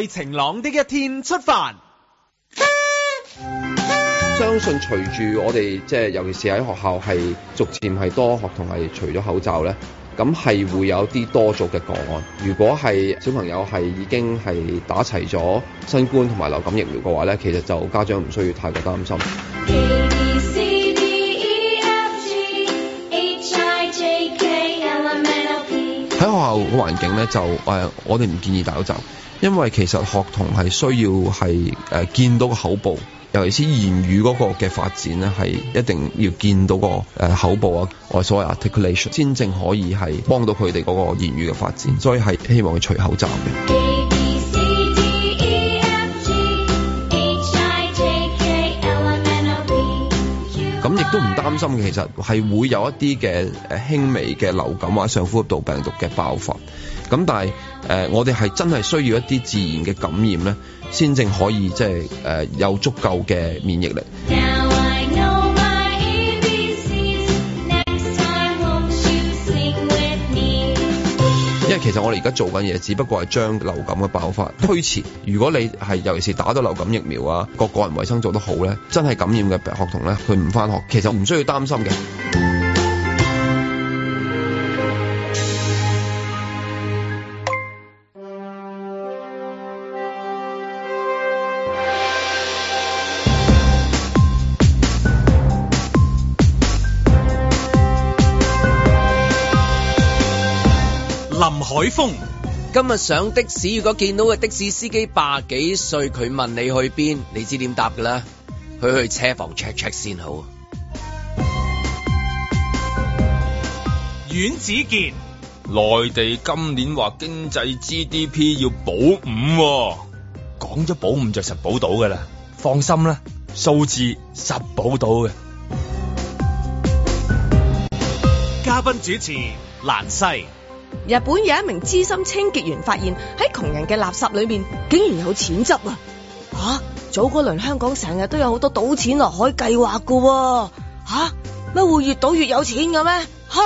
E: 在晴朗的一天出發。
M: 相信隨住我哋即係尤其是喺學校係逐漸係多學童係除咗口罩咧，咁係會有啲多咗嘅個案。如果係小朋友係已經係打齊咗新冠同埋流感疫苗嘅話咧，其實就家長唔需要太過擔心。喺學校嘅環境咧，就誒、呃我哋唔建議戴口罩，呃因為其實學童係需要係誒、呃、見到個口部，尤其是言語嗰個嘅發展咧，係一定要見到個誒、呃口部啊，我哋所謂 articulation，先正可以係幫到佢哋嗰個言語嘅發展，所以係希望佢除口罩嘅。咁亦都唔擔心，其實係會有一啲嘅誒輕微嘅流感或者上呼吸道病毒嘅爆發。咁但係誒、呃我哋係真係需要一啲自然嘅感染咧，先正可以即係誒有足夠嘅免疫力。
B: 嗯
M: 因為其實我哋而家做緊嘢，只不過係將流感嘅爆發推遲。如果你係尤其是打咗流感疫苗啊，個個人衞生做得好咧，真係感染嘅學童咧，佢唔翻學，其實唔需要擔心嘅。
A: 林海峰、
B: 今日上的士，如果見到個的士司機百幾歲，佢問你去邊，你知點答㗎啦？佢去車房 check check 先好。
A: 阮子健、
C: 內地今年話經濟 GDP 要保五、喎，講咗保五就實保到㗎啦，放心啦，數字實保到嘅。
A: 嘉賓主持蘭西。
D: 日本有一名資深清潔員發現喺窮人嘅垃圾裏面竟然有錢執啊！嚇、早嗰輪香港成日都有好多啊賭錢落海計劃噶喎嚇，乜、會越賭越有錢嘅咩？啊嚇、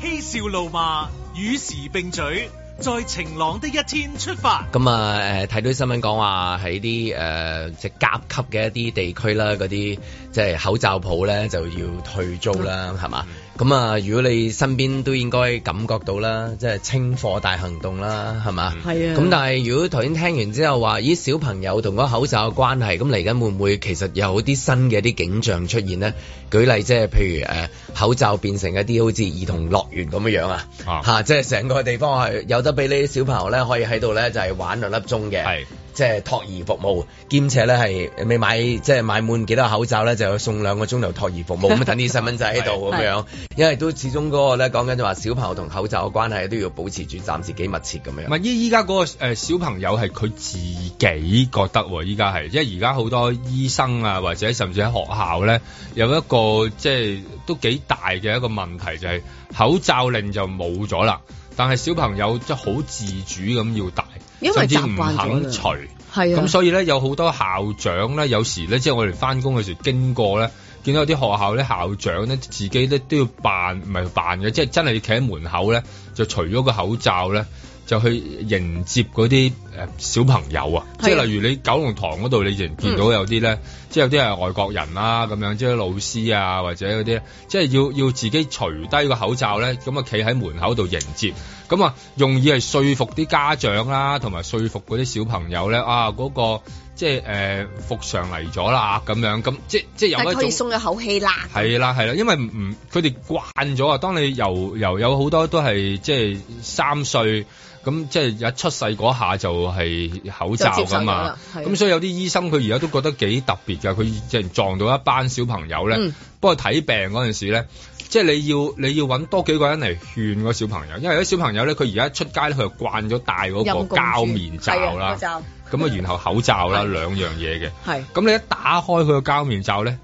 A: 嬉笑怒罵，與時並舉，在晴朗的一天出發。
B: 咁啊誒睇到新聞講話喺啲誒即係甲級嘅一啲地區啦，嗰啲即係口罩鋪咧就要退租啦，係嘛？咁啊，如果你身邊都應該感覺到啦，即係清貨大行動啦，係嘛？
D: 係啊
B: 咁但係如果頭先聽完之後話，咦小朋友同嗰口罩嘅關係，咁嚟緊會唔會其實有啲新嘅啲景象出現呢？舉例即係譬如誒、呃口罩變成一啲好似兒童樂園咁樣樣啊，嚇、即係成個地方係有得俾呢啲小朋友咧可以喺度咧就係玩兩粒鐘嘅。即係托兒服務，兼且咧係你 買即係買滿幾多口罩咧，就送兩個鐘頭托兒服務，咁等啲細蚊仔喺度咁樣。因為都始終嗰個咧講緊就話小朋友同口罩嘅關係都要保持住暫時幾密切咁樣。
C: 唔係依依家嗰個、呃、小朋友係佢自己覺得喎，依家係，即係而家好多醫生啊，或者甚至喺學校咧，有一個即係都幾大嘅一個問題，就係、口罩令就冇咗啦，但係小朋友即係好自主咁要戴，
D: 因為
C: 甚至
D: 習
C: 唔
D: 慣咗啦
C: 肯除。
D: 係啊
C: 咁所以咧，有好多校長咧，有時咧，即係我哋翻工嘅時候經過咧，見到有啲學校咧，校長咧自己咧都要扮，唔係扮嘅，即係真係企喺門口咧，就除咗個口罩咧，就去迎接嗰啲誒小朋友啊。即係例如你九龍塘嗰度，你仍然見到有啲咧，即係有啲係外國人啦、啊咁樣，即係老師啊，或者嗰啲，即係要要自己除低個口罩咧，咁啊企喺門口度迎接。咁啊，用意係說服啲家長啦，同埋說服嗰啲小朋友咧，啊嗰、個即係誒、呃復常嚟咗啦，咁樣咁即即係
D: 但
C: 有
D: 係佢
C: 一
D: 哋
C: 種
D: 鬆咗口氣啦。
C: 係啦係啦，因為唔佢哋慣咗啊。當你由由有好多都係即係三歲。咁即係一出世嗰下就係口罩
L: 就接受
C: 㗎
L: 咗
C: 嘛
L: 啦，係
C: 咁所以有啲醫生佢而家都覺得幾特別㗎，佢即係撞到一班小朋友咧，
L: 嗯
C: 不過睇病嗰陣時咧，即係你要你要揾多幾個人嚟勸個小朋友，因為有啲小朋友咧佢而家出街咧佢就慣咗戴嗰
D: 陰公
C: 個
D: 豬
C: 膠面罩
D: 係啊
C: 啦
D: 口，罩
C: 咁啊然後口罩啦兩樣嘢嘅。
D: 係
C: 咁你一打開佢個膠面罩咧，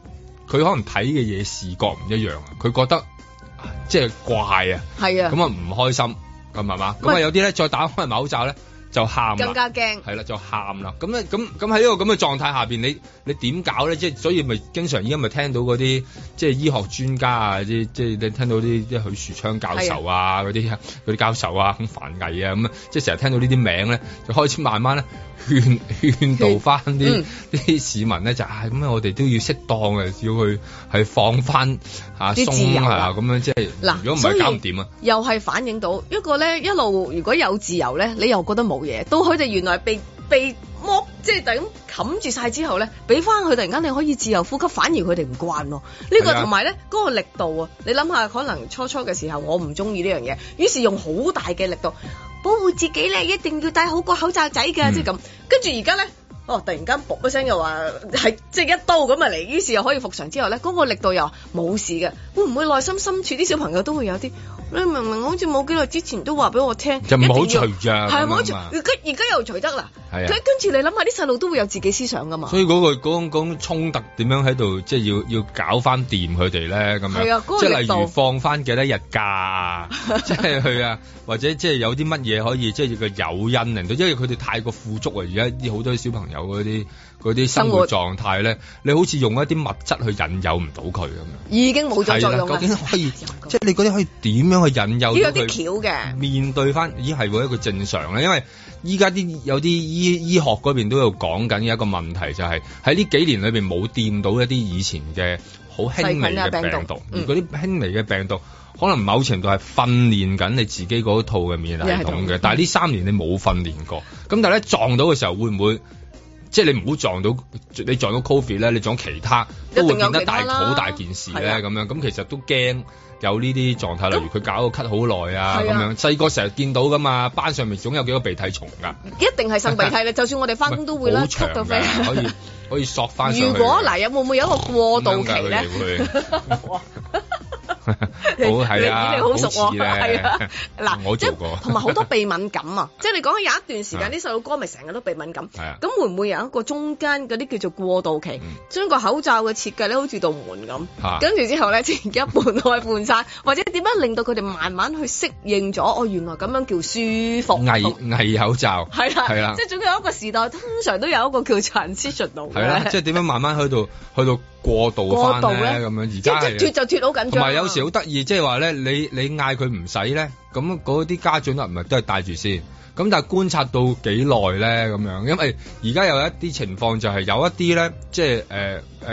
C: 佢可能睇嘅嘢視覺唔一樣啊，佢覺得啊即係怪啊，
D: 係啊，
C: 咁啊唔開心，咁係嘛？咁啊
D: 喂
C: 有啲咧再打開埋口罩咧就喊啊啦
D: 更。加驚。
C: 係啦，就喊啦。咁咧，咁咁喺呢個咁嘅狀態下邊，你你點搞咧？即係所以咪經常依家咪聽到嗰啲即係醫學專家啊，即即係你聽到啲即係許樹昌教授啊，嗰啲嗰啲教授啊，咁樊毅啊，咁即係成日聽到呢啲名咧，就開始慢慢咧勸勸導翻啲
D: 嗯
C: 啲市民咧，就唉咁、啊我哋都要適當嘅，要去係放翻嚇
D: 啲自由
C: 鬆
D: 啊
C: 啊，咁樣即係
D: 嗱
C: 如果唔
D: 所以
C: 係搞唔掂啊！
D: 又係反映到一個咧，一路如果有自由咧，你又覺得冇嘢。到佢哋原來被被剝，即係咁冚住晒之後咧，俾翻佢突然間你可以自由呼吸，反而佢哋唔慣喎。呢、
C: 係
D: 個
C: 啊
D: 同埋咧嗰個力度啊，你諗下，可能初初嘅時候我唔中意呢樣嘢，於是用好大嘅力度保護自己咧，一定要戴好個口罩仔嘅，即係
C: 嗯
D: 咁。跟住而家咧。哦！突然間噗一聲又話係即係一刀咁啊嚟，於是又可以復常之後咧，嗰、個力度又冇事嘅，會唔會內心深處啲小朋友都會有啲？你明明好似冇幾耐之前都話俾我聽，
C: 就唔好
D: 一定要
C: 除藥
D: 係唔好除，
C: 咁啊嘛
D: 而家而家又除得啦。
C: 係啊
D: 跟跟住你諗下，啲細路都會有自己思想噶嘛。
C: 所以嗰、個嗰種嗰種衝突點樣喺度，即係要要搞翻掂佢哋咧咁
D: 係
C: 樣，
D: 啊嗰個
C: 即係例
D: 力度
C: 如放翻幾多日假啊， 即係去啊，或者即係有啲乜嘢可以即係個誘因令到，因為佢哋太過富足啊，而家啲好多小朋友嗰啲嗰啲生活
D: 生
C: 狀態咧，你好似用一啲物質去引誘唔到佢咁樣。
D: 已經冇咗作用啦
C: 係啦究。竟可以即係你嗰啲可以點樣去引
D: 要有
C: 誘到佢？
D: 啲橋嘅，
C: 面對翻，咦係喎一個正常咧，啊因為依家啲有啲醫醫學嗰邊都有講緊一個問題，就係喺呢幾年裏邊冇掂到一啲以前嘅好輕微嘅
L: 細菌啊
C: 病
L: 病毒
C: 毒，而嗰啲輕微嘅病毒。可能某程度係訓練緊你自己嗰套嘅免疫系統
L: 免疫系
C: 嘅
L: 統，
C: 但係呢三年你冇訓練過，咁但係咧撞到嘅時候會唔會，即係你唔好撞到你撞到 Covid 咧，你撞其他都會變得大
L: 一定有其他啦
C: 好大件事
L: 係啊
C: 咧咁樣，咁其實都驚有呢啲狀態，例如佢搞個咳好耐啊
D: 係
C: 咁
D: 啊
C: 樣，細個成日見到噶嘛，班上面總有幾個鼻涕蟲㗎，
D: 一定係擤鼻涕啦。就算我哋翻工都會啦，
C: 好
D: 咳
C: 長
D: 到飛。
C: 㗎， 可以可以索翻上去
D: 如
C: 㗎。
D: 果嗱，有會唔會有一個過渡期咧
C: 咁樣㗎佢哋？
D: 你
C: 好係啊，
D: 你好熟喎
C: 似咧
D: 係啊嗱
C: 我
D: 即
C: 做過，
D: 同埋好多鼻敏感 啊！即係你講緊有一段時間
C: 啊
D: 啲細路哥咪成日都鼻敏感，
C: 係啊嗯
D: 咁會唔會有一個中間嗰啲叫做過渡期，將個口罩嘅設計咧好似道門咁，
L: 嚇
D: 跟住之後咧前一半開半山，或者點樣令到佢哋慢慢去適應咗，哦原來咁樣叫舒服，
C: 偽偽口罩，
D: 係啦，
C: 嗯係啦
D: 即。係總有一個時代，通常都有一個叫 transitional
C: 係 啦，
D: 嘅
C: 即係點樣慢慢去到去到過渡翻
D: 過渡咧
C: 咧咁樣，而
D: 即
C: 家
D: 係脱
C: 係
D: 就脱好緊張啊，
C: 同埋有時好得意，即係話咧，你你嗌佢唔使咧，咁嗰啲家長啊，唔係都係戴住先。咁但係觀察到幾耐咧咁樣，因為而家有一啲情況就係有一啲咧，即係誒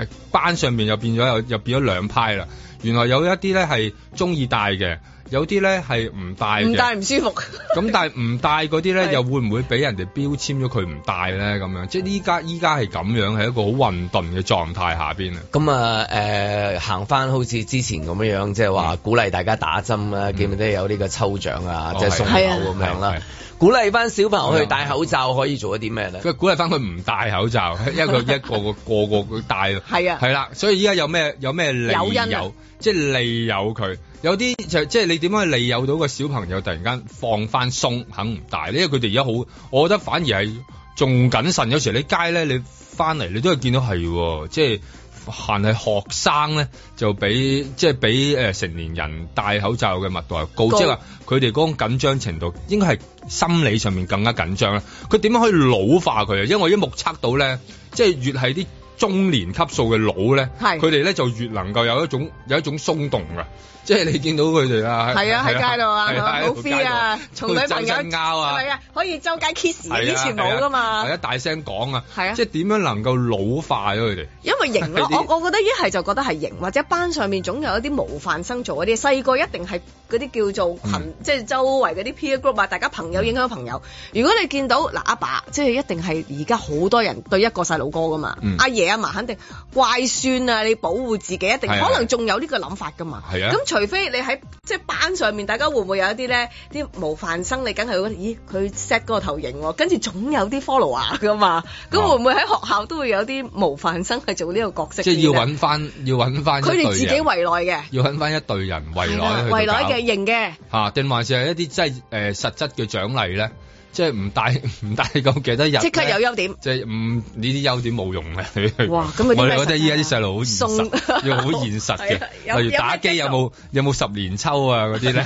C: 誒班上面又變咗又又變咗兩派啦。原來有一啲咧係中意戴嘅，有啲咧係唔戴嘅。
D: 唔戴唔舒服。
C: 咁但係唔戴嗰啲
D: 係
C: 咧，又會唔會俾人哋標籤咗佢唔戴咧？咁樣即係依家依家係咁樣，係一個好混沌嘅狀態下邊啊！
B: 咁啊誒行翻好似之前咁樣樣，即係
C: 嗯
B: 話鼓勵大家打針啦，記唔記得有呢個抽獎啊，哦即係送口係啊咁樣啦。鼓勵翻小朋友去戴口罩可以做一啲咩咧？
C: 佢鼓勵翻佢唔戴口罩， 因為佢一個個個個佢戴。
D: 係啊
C: 係啦，所以依家有咩有咩理
D: 誘因啊
C: 由，即係利誘佢。有啲就即係你點樣去利誘到個小朋友突然間放翻鬆，肯唔大呢？因為佢哋而家好，我覺得反而係仲謹慎。有時你街咧，你翻嚟你都係見到係喎，即係。限係學生咧，就比即係比誒成年人戴口罩嘅密度係高，
L: 高
C: 即係話佢哋嗰種緊張程度應該係心理上面更加緊張啦。佢點樣可以老化佢啊？因為我已經目測到咧，即係越係啲中年級數嘅老咧，
D: 係
C: 佢哋咧就越能夠有一種有一種鬆動㗎，即係你見到佢哋啊，
D: 係啊，喺街度啊，
C: 係喺
D: 好
C: 個
D: free 啊
C: 街度，
D: 同女朋友
C: 周身拗啊
D: 係啊，可以周街 kiss，
C: 係啊
D: 以前冇噶嘛
C: 係，啊，大聲講啊，
D: 係啊啊
C: 即係點樣能夠老化咗佢哋？
D: 因為型 咯，我我覺得一係就覺得係型，或者班上面總有一啲模範生做嗰啲，細個一定係嗰啲叫做朋，
C: 嗯
D: 即係周圍嗰啲 peer group 啊，大家朋友影響朋友。如果你見到嗱阿爸，即係一定係而家好多人對一個細路哥噶嘛
C: 嗯，
D: 阿爺阿嫲肯定乖孫啊，你保護自己一定，
C: 係啊
D: 可能仲有呢個諗法噶嘛。
C: 係啊
D: 咁除非你喺即係班上面，大家會唔會有一啲咧啲模範生，你梗係會覺得咦佢 set 嗰個頭型喎，跟住總有啲 follower 噶嘛。咁會唔會喺學校都會有啲模範生係做呢個角色？
C: 即係要揾翻，要揾翻一
D: 佢
C: 隊
D: 哋自己
C: 人
D: 圍內嘅，
C: 要揾翻一隊人圍內去
D: 圍內
C: 到搞
D: 嘅型嘅，
C: 嚇，啊定還是係一啲即係誒實質嘅獎勵咧？即係唔帶 唔帶咁幾多日，
D: 即刻有優點。
C: 即係唔呢啲優點冇用嘅。
D: 哇咁啊啲咩
C: 我哋覺
D: 實質
C: 得依家啲
D: 啊
C: 細路好現實，
D: 送
C: 要好現實
D: 係啊
C: 嘅。例
D: 有有咩
C: 如打機有冇有冇十年抽啊嗰 啲咧？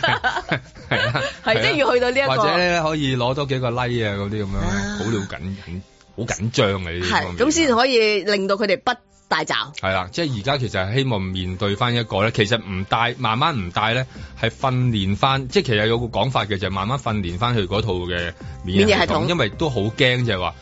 C: 係啊，
D: 係即係要去到呢一個
C: 或者咧可以攞多幾個 like 啊嗰啲咁樣，好了緊緊好緊張嘅呢啲方
D: 係
C: 面。
D: 咁先可以令到佢哋不大罩。
C: 係啦，即係而家其實係希望面對翻一個咧，其實唔帶慢慢唔帶咧，係訓練翻，即係其實有個講法嘅就係慢慢訓練翻佢嗰套嘅免疫
D: 免疫
C: 系
D: 系
C: 統，
D: 統
C: 因為都好驚就係話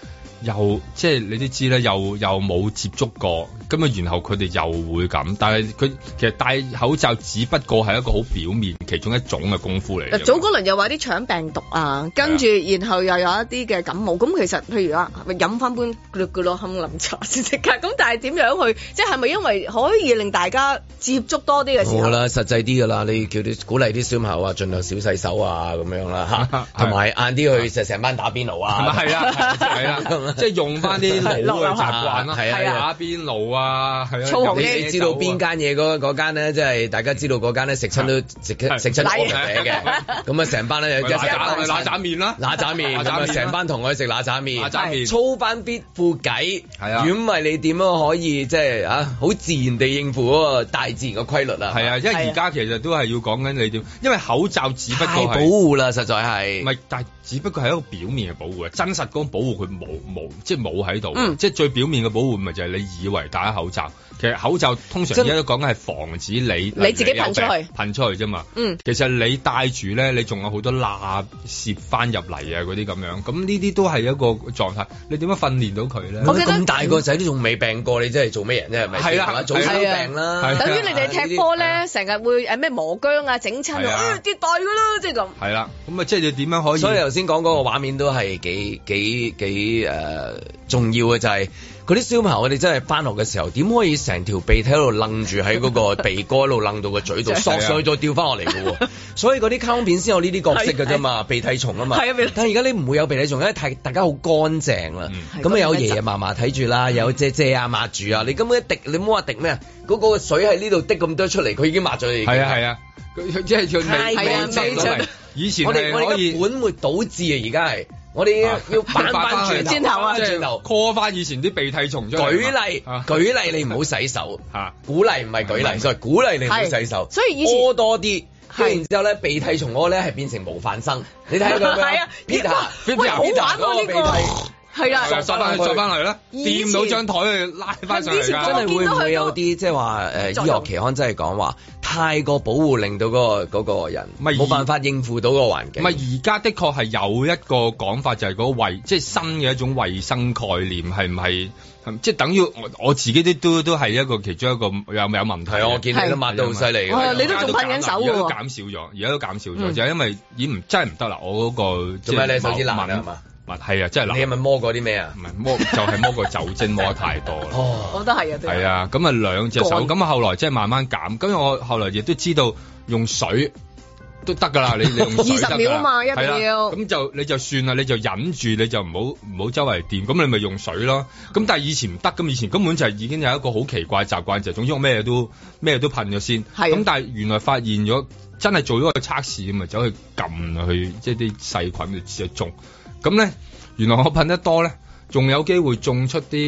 C: 又即係你都知咧，又又冇接觸過，咁啊然後佢哋又會咁，但係佢其實戴口罩只不過係一個好表面其中一種嘅功夫嚟
D: 嗱，
C: 啫。
D: 早嗰輪又話啲腸病毒啊，跟住然後又有一啲嘅感冒，咁其實譬如啊，飲翻杯咕嚕咕嚕冚林茶先即刻， 咁但係點樣去，即係咪因為可以令大家接觸多啲嘅時
B: 好
D: 候，
B: 啦，實際啲㗎啦，你叫啲鼓勵啲小朋友啊，盡量少洗手啊，咁樣啦 嚇，同埋晏啲去成成班打邊爐啊，
C: 係啊，係 啊，即係用翻啲老嘅習慣啦，
B: 係啊係啊
C: 打邊爐啊，係啊，
B: 你知道邊間嘢嗰嗰間咧，即係大家知道嗰間咧食親都食食親
C: 係
B: 鍋嚟 嘅，咁啊成班咧一
C: 嗱喳嗱
B: 紮
C: 喳面啦，
B: 嗱喳面，咁啊成班同我去食嗱喳面，
C: 嗱喳面
B: 粗班必副計，
C: 係啊
B: 如果唔係你點樣可以即係啊好自然地應付嗰個大自然嘅規律啊？
C: 係啊，因為而家其實都係要講緊你點，因為口罩只不過係
B: 太保護啦，實在係。
C: 唔係，但係只不過係一個表面嘅保護啊，真實嗰種保護佢冇冇，即係冇喺度。
B: 嗯
C: 即係最表面嘅保護，咪就係你以為戴咗口罩，其實口罩通常
B: 真
C: 而家都講緊係防止你
B: 你自己
C: 例如有
B: 噴出
C: 病
B: 去
C: 噴出去啫嘛。
B: 嗯
C: 其實你戴住咧，你仲有好多罅攝翻入嚟啊，嗰啲咁樣。咁呢啲都係一個狀態，你點樣訓練到佢咧？
B: 我記得咁大個仔都仲未病過，你真係做咩人啫？係咪？
C: 係啦啊
B: 係嘛早生病啦。
C: 係啊啊
D: 等於你哋踢波咧，成日會誒咩磨姜啊、整親
B: 係
D: 啊
B: 啊
D: 啊，跌袋噶啦，即係咁。
C: 係啦，咁啊，即係你點樣可以？
B: 所以頭先講嗰個畫面都係幾幾幾誒、呃重要嘅，就係嗰啲小朋友，我哋真係翻學嘅時候，點可以成條鼻涕喺度楞住 喺嗰個鼻哥一路楞到個嘴
C: 啊
B: 度，
L: 係
B: 索上去再掉翻落嚟嘅喎。所以嗰啲卡通片先有呢啲角色嘅啫
L: 係
B: 嘛，鼻涕蟲啊嘛。
L: 係啊鼻涕
B: 但係而家你唔會有鼻涕蟲，因為太大家好乾淨啦。
C: 嗯
B: 咁啊有爺爺嫲嫲睇住啦，有姐姐啊抹住啊，你根本一滴你唔好話滴咩啊，嗰、個水喺呢度滴咁多出嚟，佢已經抹咗你。
C: 係啊係啊，佢即係佢未
B: 太
C: 未
B: 啊未
C: 出到
B: 盡
C: 嚟。以前
B: 我哋
C: 係
B: 我哋
C: 可
B: 而
C: 以啊
B: 家。本末倒置啊！而家係我哋要要 反翻轉頭，啊
C: 即係
B: 轉頭。
C: call 翻以前啲鼻涕蟲出嚟。啊
B: 舉例舉例，你唔好 洗手
C: 嚇，
B: 鼓勵唔係舉例，所以鼓勵你唔好洗手，所以以前屙多啲。跟住然之後咧，鼻涕蟲嗰個咧係變成模範生，你睇下佢
D: 係
B: 咩
D: 啊
B: ？Peter
C: 喂喂
B: Peter
C: 好玩喎
B: Peter 嗰個
D: 呢
B: 鼻
D: 個
B: 涕。
D: 係啦，
C: 係啊塞翻去，塞翻去啦，
D: 以前
C: 掂到張台去拉翻上嚟
B: 真
C: 㗎。
B: 係會唔會有啲即係話誒醫學期刊真係講話太過保護令到嗰個嗰個人冇辦法應付到個環境
C: 唔。係而家的確係有一個講法，就係嗰個衞，即係新嘅一種衞生概念，係唔係？係即係等於我我自己都都都係一個其中一個有有問題嘅。啊
B: 係啊我見你都抹得好犀利㗎哦你都仲噴緊手
C: 而
B: 㗎喎
C: 家都減少咗，而家都減少咗，
B: 嗯
C: 就係因為已經唔真係唔得啦。我嗰個
B: 做咩你手指爛啊係嘛？
C: 物係啊，真係爛。
B: 你係咪摸過啲咩啊？
C: 唔
B: 哦
C: 係摸，就係摸過酒精摸得太多啦。
D: 我都係啊，
C: 係啊，咁啊兩隻手，
D: 乾
C: 咁啊後來即係慢慢減，咁我後來亦都知道用水都得㗎啦，你你用水 得㗎啦
D: 20秒啊嘛一定
C: 係啦
D: 要
C: 咁就你就算啦，你就忍住，你就唔好唔好周圍掂，咁你咪用水咯。咁但係以前唔得，咁以前根本就係已經有一個好奇怪嘅習慣，就係總之我咩都咩都噴咗先。
D: 係啊
C: 咁但係原來發現咗真係做咗個測試，咪走去撳落去即係啲細菌就中。咁咧原來我噴得多咧。仲有機會種出啲壞
D: 第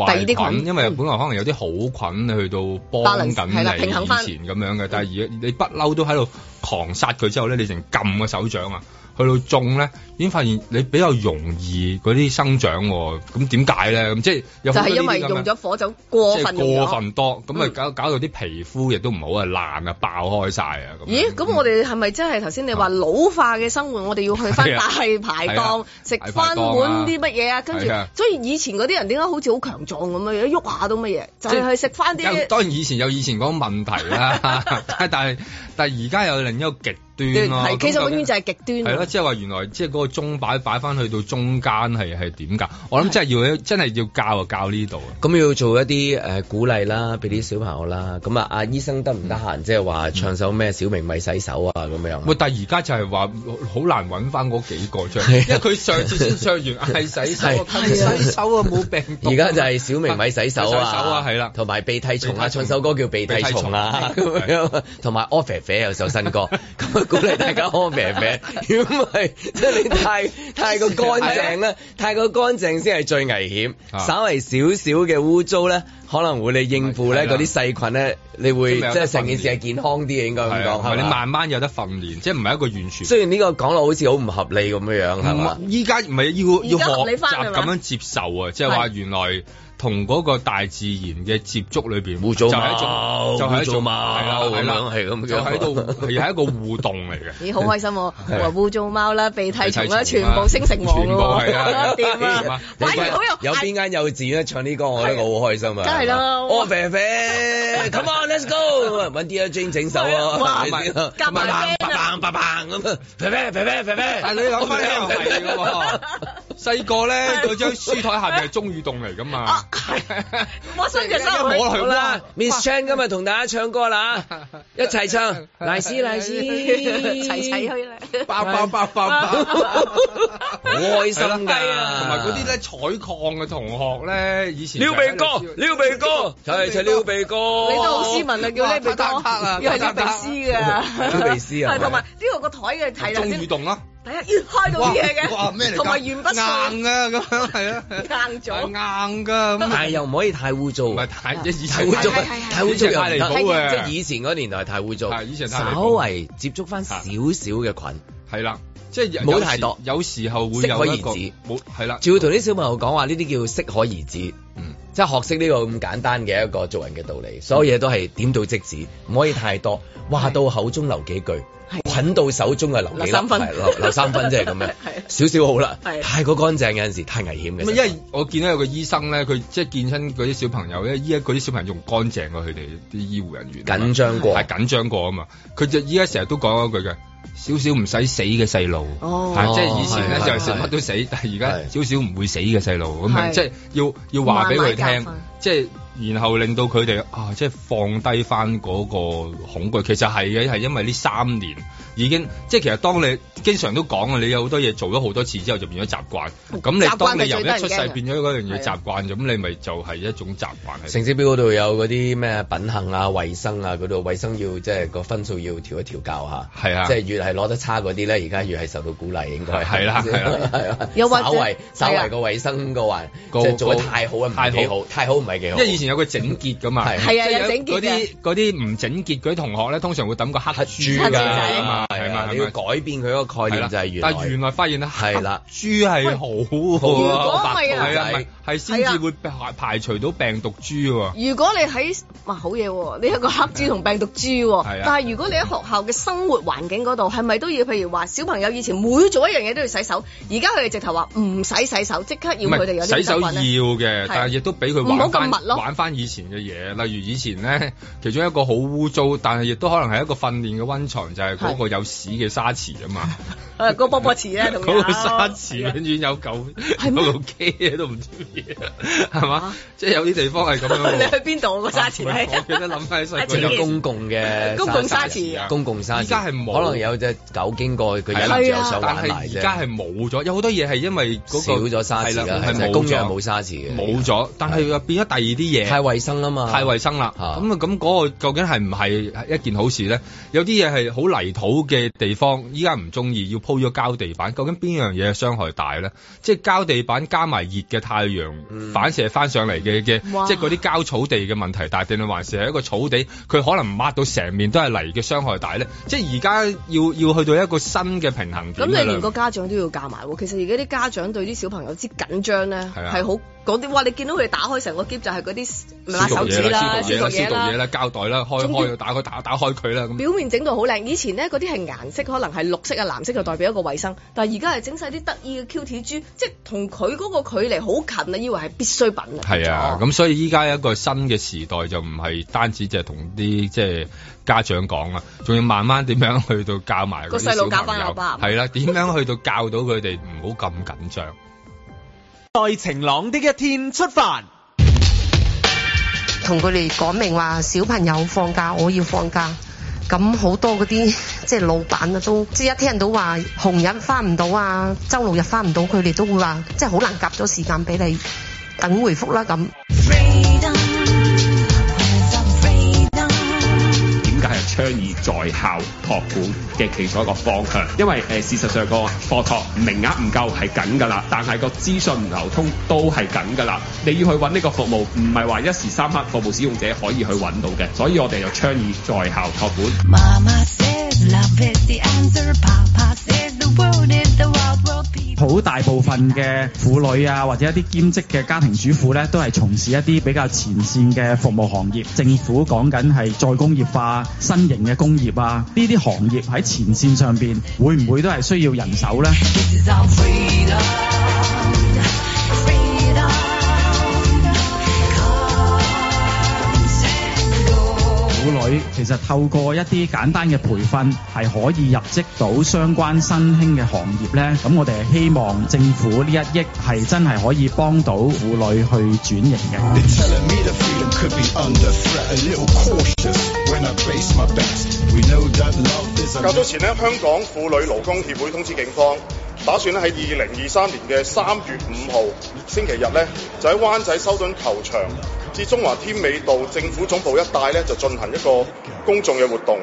D: 二啲菌
C: 菌，因為本來可能有啲好菌去到幫
D: Balance，
C: 緊
D: 係啦
C: 你
D: 平衡
C: 以
D: 返
C: 前咁樣嘅，但係而家你不嬲都喺度狂殺佢之後咧，你成撳個手掌啊，去到中咧，已經發現你比較容易嗰啲生長喎。咁點解咧？咁即係有
D: 就
C: 好
D: 係
C: 多
D: 因為
C: 呢啲咁
D: 用
C: 嘅
D: 咗嗯火酒過
C: 即係
D: 分用
C: 過
D: 咗。
C: 分多，咁咪搞搞到啲皮膚亦都唔好啊，爛啊，爆開晒啊咁。啊
D: 咦？咁我哋係咪真係頭先你話老化嘅生活，我哋要去 翻
C: 係啊
D: 大排
C: 係
D: 檔
C: 啊
D: 食
C: 大排
D: 翻
C: 檔啊
D: 碗啲乜嘢啊？跟住
C: 係啊，
D: 所以以前嗰啲人點解好似好強壯咁樣樣，喐下都乜嘢，就係去食翻
C: 有
D: 啲
C: 當然以啊前有以前嗰個問題 啦，但係但係而家有另一個極端咯。
D: 係其實
C: 咁究
D: 永
C: 竟
D: 遠就係極
C: 係
D: 端
C: 咯，
D: 啊。
C: 即係話原來即係嗰個鐘擺擺翻去到中間係係點㗎？我諗真係要真係要教啊教呢度啊。
B: 咁要做一啲誒、呃鼓勵啦，俾啲小朋友啦。咁啊，阿醫生得唔得
C: 嗯
B: 閒？即係話唱首咩小明咪洗手啊咁
D: 嗯
B: 樣。
C: 喂，但係而家就係話好難揾翻嗰幾個出嚟，
D: 啊
C: 因為佢上次先唱完嗌洗手啊，
B: 係
C: 係洗手啊，冇病毒啊。
B: 而家就係小明咪洗手啊，
C: 洗手啊係啦
B: 同埋鼻涕蟲啊，
C: 鼻涕蟲
B: 唱首歌叫鼻涕蟲啊，
C: 鼻涕
B: 咁
C: 蟲
B: 樣，同埋 o f f e 啡有首新 歌，咁啊鼓勵大家 o f f e 啡，如果唔係即係你太太過乾淨
C: 啊
B: 咧，太過乾淨先係最危險，稍為少少嘅污糟咧，可能會你應付咧
C: 係啦
B: 嗰啲細菌咧，你會
C: 即
B: 即
C: 係有得
B: 係成件事係健康啲嘅，應該咁
C: 係啊
B: 講
C: 同埋
B: 嗯係
C: 你
B: 嘛
C: 慢慢有得訓練，即係唔係一個完全。
B: 雖然呢個講落好似好唔合理咁樣樣係嘛
C: 唔，依家唔係要
B: 而家
C: 要
B: 合
C: 學
B: 理返
C: 習
B: 係
C: 咁
B: 嘛
C: 樣接受啊，即係話
B: 係
C: 原來同嗰個大自然嘅接觸裏邊，
B: 污糟
C: 就係一
B: 貓
C: 種，就係一
B: 污糟
C: 種，
B: 貓
C: 係啦係啦，
B: 咁樣係咁樣
C: 就喺度係係一個互動嚟嘅。
D: 咦，好 開心喎！
C: 係
D: 話污糟貓啦、鼻涕蟲啦，
B: 鼻涕
D: 全
B: 蟲啊
D: 部升成王
B: 全部係 啊
D: 喎，掂
B: 係
D: 啊
B: 嘛！
D: 反而好有
B: 有邊間幼稚園咧唱呢歌，我覺得我好開心啊！
D: 梗係啦
B: 哦肥 肥，come on，let's go，揾 D J 整首啊，
C: 哇
B: 係咪先
C: 夾埋 band
B: 砰砰砰砰咁啊，肥肥肥肥肥肥，
C: 但係你諗翻又係嘅 喎，細個咧嗰張書台下邊係中雨洞嚟㗎
D: 啊
C: 嘛，
D: 我伸隻手
C: 一摸落去
B: 好啦，Miss Chan 今日同大家唱歌 啦，一齊唱，黎斯黎斯，
D: 齊齊去啦，
C: 爆爆爆爆爆，
B: 好開心㗎，
C: 係啦同埋嗰啲咧採礦嘅同學咧，以前
B: 撩鼻哥，撩鼻哥，齊齊撩鼻哥，
D: 你都好斯文啊，叫呢鼻哥
B: 啊，
D: 要係撩鼻 絲㗎，
B: 撩鼻絲啊
D: 係同埋呢個個台嘅睇啦
C: 中雨洞啦，
D: 第一要開到啲嘢嘅，
C: 哇哇咩嚟㗎
D: 同埋鉛筆碎
C: 硬啊咁樣係啊，
D: 硬咗，
C: 硬㗎
B: 但
C: 咁。
B: 係又啊唔可以太污糟，唔係
C: 太以
B: 太
C: 前
B: 污糟
C: 係係，係
B: 太污糟又唔
C: 以前太離譜
B: 得，
C: 嘅
B: 即係以前嗰年代太污糟，
C: 係以前太離譜
B: 稍為接觸翻少少嘅菌，
C: 係啦，即係有
B: 冇太多
C: 有時有時候會
B: 適可
C: 有一個
B: 而止。
C: 冇係啦，
B: 仲要同啲小朋友講話，呢啲叫適可而止，
C: 嗯
B: 即係學識呢個咁簡單嘅一個做人嘅道理。所有嘢都係點到即止，唔可以太多，話到口中留幾句，捆到手中啊留幾粒，
C: 留三分
B: 係留留三分即係 咁樣，少少好啦。太過乾淨有陣時太危險嘅。
C: 咁因為我見到有個醫生咧，佢即係見親嗰啲小朋友咧，依家嗰啲小朋友仲乾淨啊過佢哋啲醫護人員，啊
B: 緊張過
C: 係緊張過啊嘛。佢就依家成日都講嗰句嘅，少少唔使死嘅細路，
B: 哦
C: 係啊即係以前咧
B: 係
C: 就係食
B: 係
C: 乜都死，但係而家少少唔會死嘅細路咁樣，
B: 係
C: 即係要要話俾佢
B: 慢慢
C: 聽
B: 教訓，
C: 即係。然後令到佢哋啊，即係放低翻嗰個恐懼。其實係嘅，係因為呢三年已經即係其實當你經常都講啊，你有好多嘢做咗好多次之後就變咗習慣。咁
B: 嗯習
C: 你
B: 慣
C: 當
B: 係
C: 你由
B: 最得人
C: 一出世
B: 驚嘅
C: 變咗嗰樣嘢
D: 啊
C: 習慣，咁你咪就係一種習慣係。
B: 成績表嗰度有嗰啲咩品行啊、衞生啊嗰度，衞生要即係個分數要調一調教下。
C: 係啊
B: 即係越係攞得差嗰啲咧，而家越係受到鼓勵，應該
C: 係 啦係啦
B: 係啦。
D: 又或者
B: 稍為稍
D: 係啊
B: 為個衞生個環，即
C: 個
B: 係做得太好啊，唔係幾
C: 太
B: 好
C: 好，
B: 太好唔係幾
C: 因
B: 好。
C: 為以前有個整潔噶嘛，
B: 係
D: 係啊
C: 即
D: 有整潔
C: 嗰啲嗰啲唔整潔嗰啲同學咧，通常會抌個黑
B: 豬
C: 豬
B: 㗎
C: 㗎嘛，係
B: 係
C: 嘛
B: 啊，
C: 係
B: 你要
C: 咪？
B: 改變佢嗰個概念就係原
C: 但原
B: 來
C: 來發現咧，
B: 係啦
C: 豬係好
B: 好啊
C: 好啊，
D: 如果咪啊
C: 係啊，咪係先至會排排除到病毒豬喎。
D: 如果你喺哇好嘢喎，你有個黑豬同病毒豬喎，
C: 係啊
D: 但係如果你喺學校嘅生活環境嗰度，係咪都要譬如話小朋友以前每做一樣嘢都要洗手，而家佢哋直頭話唔使洗手，即刻要啊
C: 唔係
D: 佢哋有啲
C: 洗手
D: 習
C: 要
D: 慣呢
C: 嘅，但係亦都俾佢玩
D: 唔好
C: 翻
D: 咁密咯
C: 玩翻以前嘅嘢，例如以前咧，其中一個好污糟，但係亦都可能係一個訓練嘅温床，就係、嗰個有屎嘅沙池啊嘛。
D: 诶，嗰波波 池咧，同啊
C: 嗰個沙池永遠有嚿有嚿機喺度，唔知咩，係嘛？即係有啲地方係咁樣喎。
D: 你 去邊度個沙 池
C: 我
D: 係？
C: 記得諗翻細個
B: 佢有公共嘅
D: 公共沙池啊
B: 公共沙池，
C: 依家係冇
B: 可能有隻狗經過，佢
C: 係
B: 忍
C: 啦
B: 唔住有手
C: 但
B: 玩
C: 係
B: 埋
C: 而
B: 啫。
C: 家係冇咗，有好多嘢係因為嗰、
B: 少
C: 個
B: 咗沙
C: 係
B: 池
C: 啦
B: 啦，
C: 係
B: 係
C: 冇
B: 公園
C: 咗
B: 係冇沙池嘅，
C: 冇咗，但係又變咗第二啲嘢，
B: 太衞生啦嘛，
C: 太衞生啦。咁啊，咁嗰個究竟係唔係一件好事咧？有啲嘢係好泥土嘅地方，依家唔中意，要鋪咗膠地板。究竟邊樣嘢傷害大咧？即係膠地板加埋熱嘅太陽
B: 嗯
C: 反射翻上嚟嘅嘅，
L: 哇
C: 即係嗰啲膠草地嘅問題大，定係還是係一個草地，佢可能抹到成面都係泥嘅傷害大咧？即係而家要要去到一個新嘅平衡
D: 咁
C: 點
D: 你
C: 㗎啦
D: 連個家長都要教埋喎。其實而家啲家長對啲小朋友之緊張咧，
C: 係啊
D: 係好嗰啲哇！你見到佢哋打開成個箧就係嗰啲唔拉手指啦、
C: 消毒嘢啦、消毒嘢啦、膠袋啦，開
D: 總之
C: 開打開打打開佢啦咁。
D: 表面整到好靚，以前咧嗰啲係顏色，可能係綠色啊、藍色就代表一個衞生，但係而家係整晒啲得意嘅 Q T 珠，即係同佢嗰個距離好近啊，以為係必需品啊。
C: 係啊，咁所以依家一個新嘅時代就唔係單止就係同啲即係家長講啦，仲要慢慢點樣去到教埋嗰啲
D: 個細路
C: 小
D: 教
C: 朋
D: 返
C: 友
D: 阿爸阿媽
C: 係啦，點樣去到教到佢哋唔好咁緊張。
E: 在晴朗的一天出發。
N: 同佢哋講明話小朋友放假，我要放假。咁好多嗰啲 即係老闆啊，都即係一聽到話紅日翻唔到啊，周六日翻唔到，佢哋都會話即係好難夾咗時間俾你等回覆啦咁。
O: 點解係倡議在校托管嘅其中一個方向？因為誒、呃事實上個課托名額唔夠係緊㗎啦，但係個資訊唔流通都係緊㗎啦。你要去揾呢個服務，唔係話一時三刻服務使用者可以去揾到嘅，所以我哋就倡議在校托管。
P: 好大部分嘅婦女啊，或者一啲兼職嘅家庭主婦咧，都係從事一啲比較前線嘅服務行業。政府講緊係再工業化、新型嘅工業啊，呢啲行業喺前線上邊會唔會都係需要人手呢？婦女其實透過一啲簡單嘅培訓係可以入職到相關新興嘅行業呢。咁我哋係希望政府呢一億係真係可以幫到婦女去轉型嘅。
Q: 較早前呢，香港婦女勞工協會通知警方，打算咧喺二零二三年嘅三月五號星期日呢，就喺灣仔修頓球場至中華天美道政府總部一帶呢，就進行一個公眾嘅活動。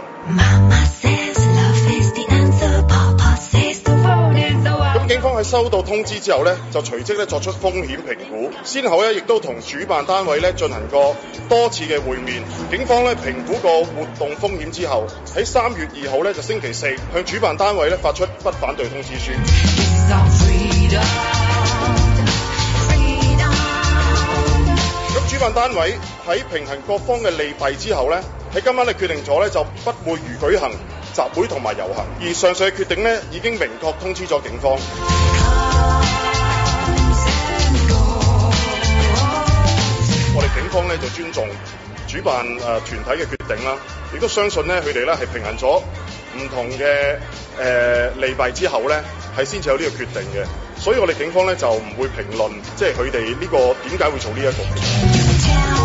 Q: 咁警方喺收到通知之後呢，就隨即咧作出風險評估，先後咧亦都同主辦單位咧進行過多次嘅會面。警方咧評估個活動風險之後，喺三月二號咧就星期四向主辦單位咧發出不反對通知書。咁主辦單位喺平衡各方嘅利弊之後呢，喺今晚咧決定咗呢，就不會如舉行集會同埋遊行，而上述嘅決定呢，已經明確通知咗警方。我哋警方呢，就尊重主辦誒、呃、團體嘅決定啦，亦都相信呢，佢哋呢係平衡咗唔同嘅誒、呃利弊之後呢，係先至有呢個決定嘅，所以我哋警方呢，就唔會評論即係佢哋呢個點解會做呢、一個決定。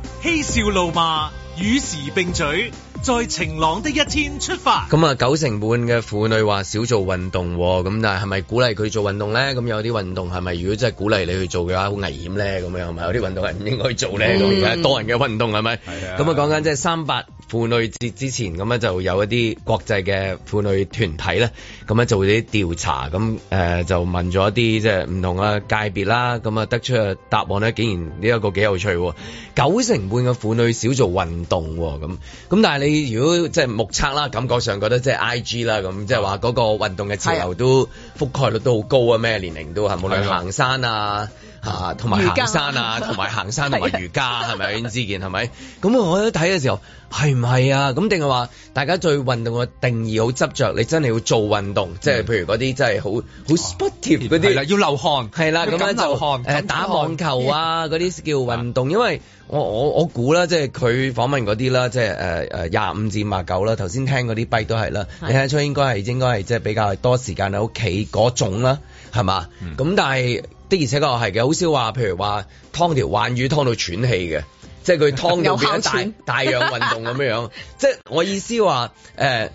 A: 嬉笑怒罵，與時並舉，在晴朗的一天出發。
B: 咁啊，九成半嘅婦女話少做運動喎，咁但係係咪鼓勵佢做運動咧？咁有啲運動係咪如果真係鼓勵你去做嘅話，好危險咧？咁樣係咪有啲運動係唔應該做咧？咁嗯而家多人嘅運動係咪？咁啊，講緊即係三八婦女節之前咁咧就有一啲國際嘅婦女團體咧，咁啊咧做啲調查，咁誒、呃就問咗一啲即係唔同嘅界別啦，咁啊得出嘅答案咧，竟然呢一個幾有趣喎，九成半嘅婦女少做運動喎，咁咁但係你如果即係目測啦，感覺上覺得即係 I G 啦，咁即係話嗰個運動嘅潮流都覆蓋率都好高啊，咩年齡都係，無論行山啊。啊，同埋
H: 瑜伽
B: 行山啊，同埋行山同埋瑜伽係咪？尹 之健係咪？咁我一睇嘅時候係唔係啊？咁定係話大家對運動嘅定義好執着，你真係要做運動，即係譬如嗰啲真係好好 sportive 嗰啲，
C: 嗯哦係啦要流汗
B: 係啦，咁
C: 要
B: 樣
C: 敢流
B: 就
C: 汗
B: 誒
C: 敢
B: 打
C: 流汗
B: 網球啊嗰啲叫運
H: 啊
B: 動，因為我我我估啦，即係佢訪問嗰啲啦，即係誒誒廿五至廿九啦，頭先聽嗰啲跛都係啦，
L: 係
B: 你睇得出應該係應該係即係比較多時間喺屋企嗰種啦，係嘛？
H: 嗯
B: 咁、但係的而且確係嘅，好少話譬如話劏條鯇魚劏到喘氣嘅。即係佢劏到
H: 有
B: 變
H: 哮
B: 咗
H: 喘
B: 大大量運動咁樣樣，即係我意思話呃誒。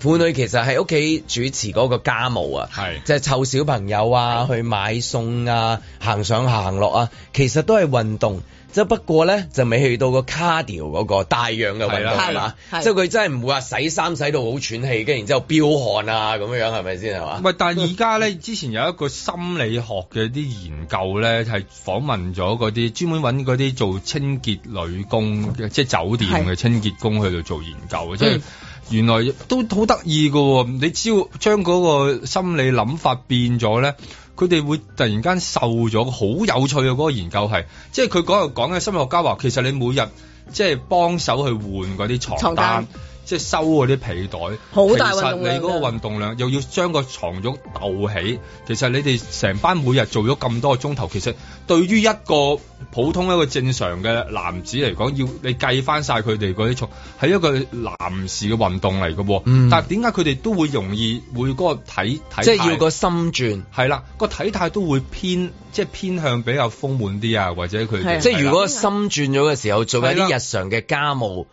B: 婦女其實喺屋企主持嗰個家務啊，即係湊小朋友啊，去買餸啊，行上行落啊，其實都係運動。即係不過咧，就未去到個 cardio 嗰個大樣嘅運
H: 係啦
B: 動係
H: 係
B: 嘛
H: 啦，係
B: 即係佢真係唔會話洗衫洗到好喘氣，跟住然之後飆汗啊咁樣樣係咪先係嘛？
C: 喂，但係而家咧， 之前有一個心理學嘅啲研究咧，係訪問咗嗰啲專門揾嗰啲做清潔女工嘅，即係酒店嘅
O: 係
C: 清潔工去度做研究嘅，即係
O: 嗯。
C: 原來都好得意嘅喎，你只要將嗰個心理諗法變咗咧，佢哋會突然間瘦咗，好有趣嘅嗰、個研究係，即係佢嗰日講嘅心理學家話，其實你每日即係幫手去換嗰啲床
H: 床
C: 單
H: 單，
C: 即係收嗰啲被袋，
H: 好大運動量㗎
C: 其實你嗰個運動量又要將個床褥鬥起，其實你哋成班每日做咗咁多個鐘頭，其實對於一個普通一個正常嘅男子嚟講，要你計翻晒佢哋嗰啲重，係一個男士嘅運動嚟嘅喎。但係點解佢哋都會容易會嗰個體體
B: 嗯即係要
C: 態
B: 個心轉，
C: 係啦，個體態都會偏即係偏向比較豐滿啲啊，或者佢哋
B: 即係如果
C: 係啦
B: 心轉咗嘅時候，做緊
C: 係啦
B: 啲日常嘅家務，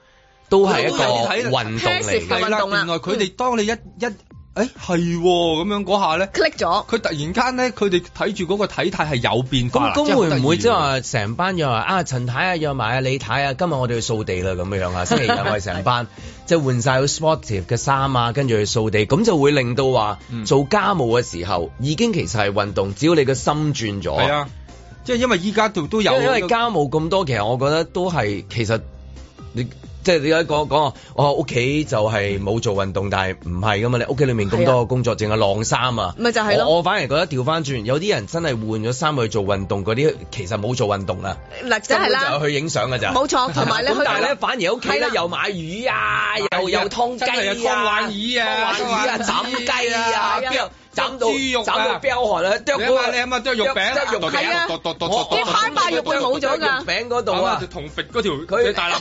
B: 都係一個
C: 都係
B: 運
C: 體
B: 動嚟嘅。
C: 係啦，原來佢哋當你一一誒係喎咁樣嗰下咧
D: ，click 咗，
C: 佢突然間咧，佢哋睇住嗰個體態係有變化啦。
B: 咁會唔會即係
C: 係
B: 話成班約埋啊陳太啊約埋啊李太啊，今日我哋去掃地啦咁 樣啊，星期日我哋成班即係換晒好 sportive 嘅衫啊，跟住去掃地，咁就會令到話
C: 嗯
B: 做家務嘅時候已經其實係運動，只要你嘅心轉咗。
C: 係啊，即係因為依家度都
B: 因
C: 有
B: 為因為家務咁多，其實我覺得都係其實你即係你而家講講我屋企就係冇做運動，但係唔係噶嘛？你屋企裏面咁多
D: 係啊
B: 個工作，淨係晾衫啊，
D: 咪就係咯
B: 我我反而覺得調翻轉，有啲人真係換咗衫去做運動，嗰啲其實冇做運動啦。
D: 嗱，
B: 根
D: 真係
B: 本
D: 啦
B: 就。係去影相㗎咋，
D: 冇錯同埋咧
B: 係嘛咁
D: 去
B: 但係咧，反而屋企
D: 係
B: 咧
D: 啦
B: 又買魚啊，又
D: 係啊
B: 又劏
D: 真
B: 雞
D: 係啊
B: 啊，
D: 劏鯇魚啊
B: 劏鯇魚啊，
D: 劏
B: 斬
D: 鯇魚
B: 雞啊，
D: 啊
B: 邊
D: 係
B: 度
D: 啊
B: 斬到
D: 剁豬肉啊
B: 斬到飆汗啊，剁
C: 你
B: 嗰
C: 諗下，
B: 個
C: 你諗下剁肉餅，
B: 剁肉
C: 剁
B: 餅
C: 餅
B: 啊
C: 剁剁剁剁
B: 我
C: 剁，
B: 啲
D: 番白肉會冇咗
B: 剁
D: 㗎
B: 肉餅嗰度啊
C: 就。同揈嗰條
B: 佢
C: 佢大喇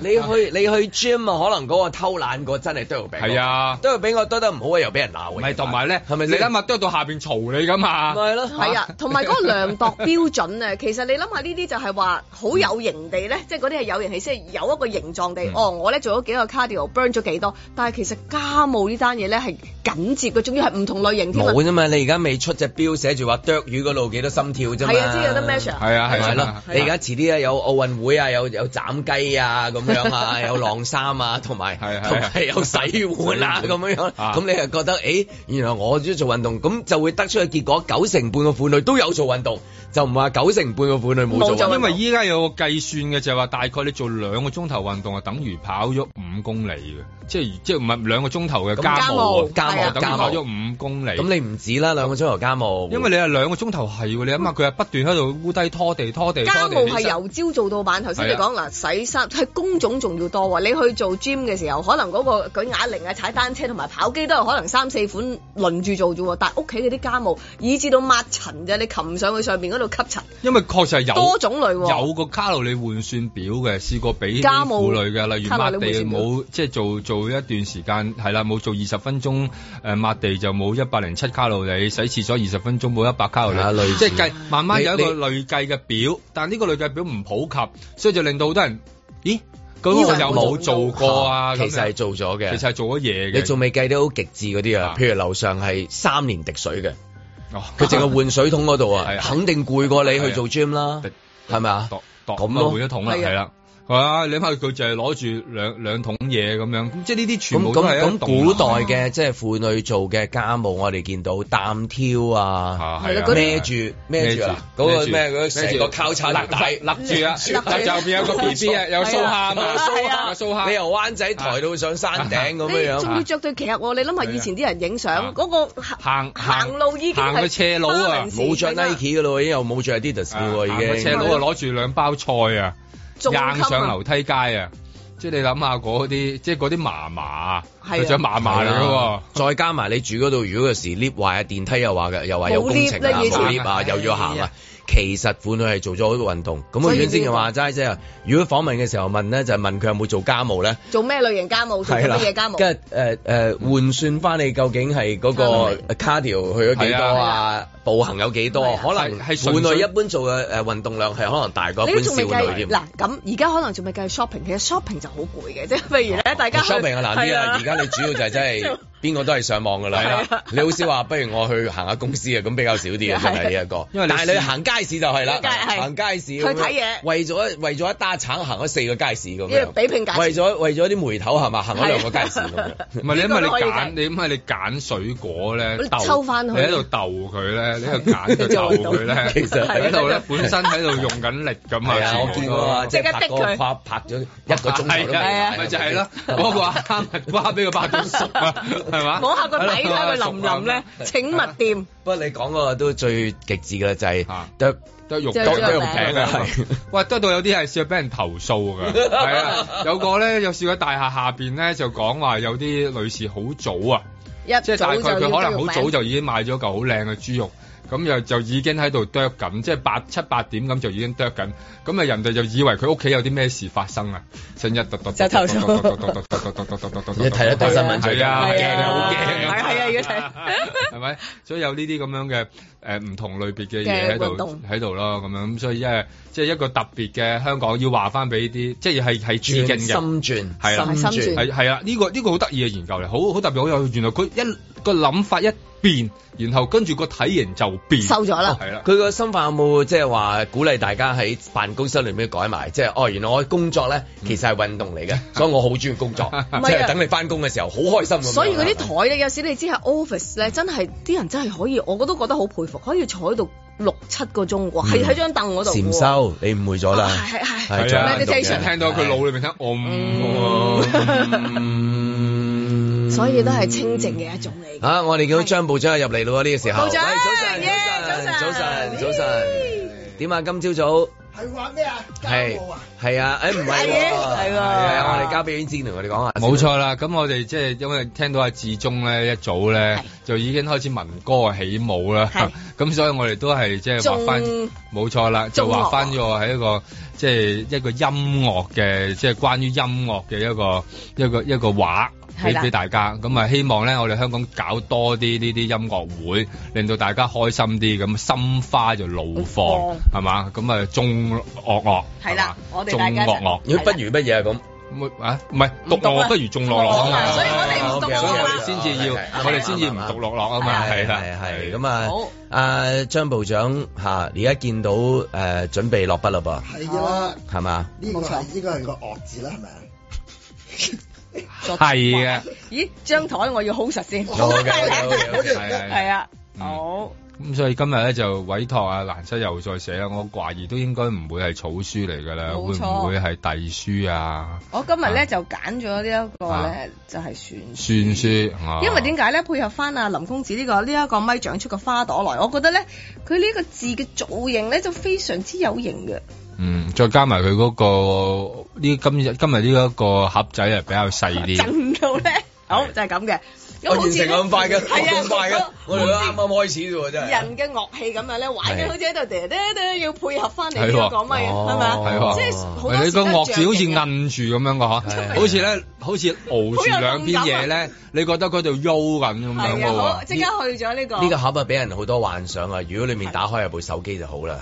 B: 你去你去 gym 啊，可能嗰個偷懶個真係剁肉餅。
C: 係啊，
B: 剁肉餅我剁得唔好啊，又俾人鬧嘅。
C: 唔係同埋咧，
B: 係咪
C: 你
B: 先
C: 諗下剁到下邊嘈你噶嘛？
B: 咪係咯
D: 係啊，同埋嗰個量度標準啊， 其實你諗下呢啲就係話好有型地咧，即係嗰啲係有型氣，先係有一個形狀
C: 嗯
D: 地。哦，我咧做咗幾個 cardio burn 咗幾多，但係其實家務呢單嘢咧係緊接嘅，仲要係唔同類型添啊。
B: 冇啫嘛，你而家未出隻標寫住話剁魚嗰度幾多心跳啫嘛。
D: 係啊知有得
C: 係
D: measure
C: 啊係啊
B: 係
C: 係
B: 咯
C: 啊。
B: 你而家遲啲啊有奧運會啊，有有斬雞啊咁 樣啊，有晾衫啊，同埋
C: 啊
B: 同埋有洗 碗啊咁樣樣。咁你又覺得誒，原來我中意做運動，咁就會得出嘅結果，九成半嘅婦女都有做運動，就唔話九成半嘅婦女冇做運啊動。
C: 因為依家有個計算嘅就係話，大概你做兩個鐘頭運動啊，等於跑咗五公里嘅，即係即係唔係兩個鐘頭嘅家務啊，
B: 家務
C: 等於
B: 家務
C: 跑咗五公里。
B: 咁你唔止啦，兩個鐘頭家務。
C: 因為你係兩個鐘頭係喎，你諗下佢係不斷喺度烏低拖地拖地
D: 家
C: 拖地
D: 務
C: 起身。
D: 係由朝做到晚，頭先你
C: 係啊
D: 講嗱洗衫係工種仲要多喎。你去做 gym 嘅時候，可能嗰個舉啞鈴啊、踩單車同埋跑機都有可能三四款輪住做啫喎。但係屋企嗰啲家務，以至到抹塵啫，你擒上去上面嗰度吸塵，
C: 因為確實係有
D: 多種類喎
C: 有個卡路里換算表嘅，試過俾
D: 家
C: 啲
D: 務
C: 婦女嘅，例如抹
D: 卡路
C: 地
D: 里換算表
C: 冇即係做做一段時間係啦，冇做二十分鐘誒、呃抹地就冇一百零七卡路里，洗廁所二十分鐘冇一百卡路
B: 啊類
C: 里，
B: 似
C: 即係計慢慢有一個
B: 你
C: 累計嘅表，但呢個累計表唔普及，所以就令到好多人咦嗰個
B: 以為
C: 有冇做過啊？
B: 其實
C: 咁樣
B: 係做咗嘅，
C: 其實係做咗嘢嘅，
B: 你仲未計到好極致嗰啲啊，譬如樓上係三年滴水嘅，
C: 哦
B: 佢淨係換水桶嗰度啊，肯定攰過你去做 gym 啦，係咪啊？
C: 度
B: 咁
C: 咪
B: 咯，
C: 換一桶啦，係啦。係啊，你諗下佢就係攞住兩兩桶嘢咁樣，咁即係呢啲全
B: 咁
C: 部都係
B: 咁
C: 一棟
B: 咁古代
C: 樓
B: 嘅即係婦女做嘅家務，我哋見到擔挑啊，
C: 係啊嗰啲
B: 孭住孭住啦，
C: 孭住
B: 嗰個
C: 孭住
B: 咩嗰
C: 孭
B: 成
C: 住
B: 個交叉
C: 勒
B: 帶
C: 勒勒住啊勒住後面有個 BB 啊有蘇蝦啊嘛
B: 蘇
D: 係
B: 蝦
D: 啊
B: 蘇蝦，你由灣仔抬到上山頂咁樣啊
D: 你仲要
B: 樣。
D: 着對騎喎？你諗下以前啲人影相嗰個
C: 行
D: 行路已經係
B: 啊行個斜路啊，
D: balance
B: 冇着 Nike 噶咯，已經又冇着 Adidas 噶喎，
C: 行個
B: 已經。
C: 斜佬啊，攞住兩包菜啊，
D: 重金啊
C: 硬上樓梯街啊！即係你諗下嗰啲，即係嗰啲嫲嫲啊，
B: 係啊啊
C: 佢長嫲嫲嚟嘅喎。
B: 再加埋你住嗰度，如果有時 lift 壞啊，電梯又話嘅，又話有工程
C: 冇 lift 啦
B: 啊，
C: 以前
B: 冇 lift 啊，又要行
C: 係
B: 啊
C: 啊。
B: 其實款佢係做咗好多運動，咁
D: 所
B: 啊
D: 以
B: 袁先人話齋即係，如果訪問嘅時候問咧，就係問佢有冇做家務咧，
D: 做咩類型家務，做
B: 係
D: 乜
B: 啦
D: 嘢家，務？
B: 跟住誒誒換算翻你究竟係嗰個 cardio 去咗幾多
C: 係
B: 啊，步行有幾多啊？可能
C: 係係
B: 款
C: 純粹
B: 佢一般做嘅誒運動量係可能大過一
D: 你
B: 般
D: 都
B: 少
D: 仲未計
B: 女添。
D: 嗱咁，而家可能仲未計 shopping，其實 shopping 就好攰嘅，即係譬如咧，大家去
B: shopping 啊難啲
D: 係
B: 啊！而家你主要就係真 係邊個都係上網㗎
C: 係
D: 啊
B: 啦。你好少話，不如我去行下公司啊，咁比較少啲嘅真係呢一個。
C: 因為你
B: 但係你
C: 試
B: 行街市就係啦
D: 街，係
B: 行街市
D: 去睇嘢
B: 為咗一為咗一打橙行咗四個街市咁
D: 因
B: 樣，
D: 為比拼價錢
B: 為咗為咗啲梅頭係嘛，行咗兩個街市咁 樣。
C: 唔係你
B: 呢
C: 因
B: 個
C: 為
B: 都
C: 你
B: 可以
C: 揀，你因為你揀水果咧，
D: 你
C: 鬥
D: 抽返去
C: 你喺度鬥佢咧，你喺度揀佢鬥佢咧，
B: 其實啊
C: 喺度咧本身喺度用緊力咁
B: 係啊，
C: 啊，
B: 我見過啊，即係拍個拍拍咗一個鐘頭都未
C: 係啊
B: 買
C: 咪就係咯，嗰個哈密瓜俾佢拍到熟啊，係嘛？
D: 摸下個底睇下佢腍唔腍咧，請勿掂。
B: 不過你講嗰個都最極致嘅就係剁
C: 啊剁肉
D: 即係
C: 剁
D: 剁
C: 肉
D: 餅
C: 餅啊， 係哇，剁到有啲係試過俾人投訴 㗎，係啊，有個咧有試過大廈下邊咧就講話有啲女士好早啊。
D: 一
C: 即係大概佢可能好早
D: 就
C: 就已經買咗嚿好靚嘅豬肉，咁又就已經喺度啄緊，即係八七八點咁就已經啄緊，咁啊人哋就以為佢屋企有啲咩事發生啊，成日突突就投訴，你係啊，好驚啊，好驚
D: 係係啊，要睇。
C: 係咪？所以有呢啲咁樣嘅誒唔同類別嘅嘢喺
D: 嘅
C: 度
D: 運動
C: 喺度咯，咁樣咁所以因為即係一個特別嘅香港要話翻俾啲，即係係係致敬嘅
B: 心轉
C: 係啦，
B: 心轉
C: 係係啦，呢個呢個好得意嘅研究嚟，好好特別，好有原來佢一個諗法一變，然後跟住個體型就變，
D: 瘦咗啦
C: 哦係啦。
B: 佢個心法有冇即係話鼓勵大家喺辦公室裏面改埋？即係哦，原來我工作咧其實係運動嚟嘅，所以我好中意工作，
D: 啊
B: 即係等你翻工嘅時候好開心咁
C: 啊
B: 樣。
D: 所以嗰啲台咧，有時你知係 office 咧，真係啲人真係可以，我都覺得好佩服，可以坐喺度六七個鐘
C: 嗯
D: 喎，係喺張凳嗰度喎。
B: 禪修，你誤會咗啦，
D: 係係
B: 係
C: 係啊，
B: 做運動嘅
C: 聽到佢腦裏面聽，我
D: 所以都係清靜嘅一種 嚟。
B: 啊！我哋見到張部長入嚟咯喎，
C: 嗯
B: 呢個時候。
D: 部長
B: 喂早晨，
D: 耶
B: 早晨，早晨，早晨。點啊？今朝早
L: 係話咩啊？
B: 係係啊，誒唔係喎，
L: 係啊係喎
B: 係啊，我哋交俾阮志同我哋講下。
C: 冇錯啦，咁我哋即係因為聽到阿志忠咧一早咧就已經開始民歌起舞啦，咁所以我哋都係即係畫翻
B: 中
C: 冇錯啦，就
B: 中樂
C: 畫翻咗喺一個即係一個音樂嘅即係關於音樂嘅一個一個一個畫。
B: 係
C: 俾
B: 啦
C: 俾大家，咁啊希望咧，我哋香港搞多啲呢啲音樂會，令到大家開心啲，咁心花就怒放，係嘛？咁啊，中樂樂
D: 係啦，我哋
C: 中
D: 大家一齊
C: 樂樂，
B: 如果不如乜嘢咁？
C: 啊，唔係獨
D: 讀啊
C: 樂不如眾樂樂啊嘛，
D: 所以我哋唔讀
C: 所
D: 樂樂
C: 以我哋先至要，我哋先至唔獨樂樂啊嘛，係啦，
B: 係咁啊，啊張部長嚇，而家見到誒準備落筆啦噃，
L: 係啦，
B: 係嘛？
L: 呢個係應該係個樂字啦，係咪啊？
D: 係
C: 嘅，
D: 咦，張台我要好實先。
C: 好嘅好嘅好嘅係係
D: 係啊，好。
C: 咁所以今日咧就委託阿蘭西又再寫啦，我懷疑都應該唔會係草書嚟㗎啦，會
D: 冇錯
C: 唔會係隸書啊、
D: 我今日咧就揀咗呢一個咧，就係算
C: 篆書啊？
D: 嗯因為點解咧？配合翻阿林公子呢、個呢一、個咪長出個花朵來，我覺得咧佢呢個字嘅造型咧就非常之有型嘅。
C: 嗯，再加埋佢嗰個呢今日今日呢一個盒仔係比較細啲，
D: 震到咧，好就係咁嘅。咁
B: 我
D: 好
B: 完
D: 似
B: 成
D: 呢
B: 咁快嘅，
D: 係啊
B: 咁快嘅，我哋都啱啱開始啫喎，真係。
D: 人嘅樂器咁樣咧，玩
B: 係
D: 緊好似喺度嗲嗲嗲，要配合翻你
C: 係
D: 呢
C: 喎，哦
D: 個咪，係咪啊
C: 係喎，
D: 即係好多
C: 你
D: 時都
C: 個
D: 係
C: 樂字好似
D: 象形嘅
C: 摁住咁樣嘅
B: 係
C: 嗬，好似咧好似熬住兩邊
D: 好有
C: 嘢
D: 動
C: 咧，你覺得嗰度喐緊咁樣嘅
D: 係啊，好
C: 喎。
D: 即刻去咗呢個
B: 呢個盒啊，俾人好多幻想啊！如果裏面打開有部手機就好啦，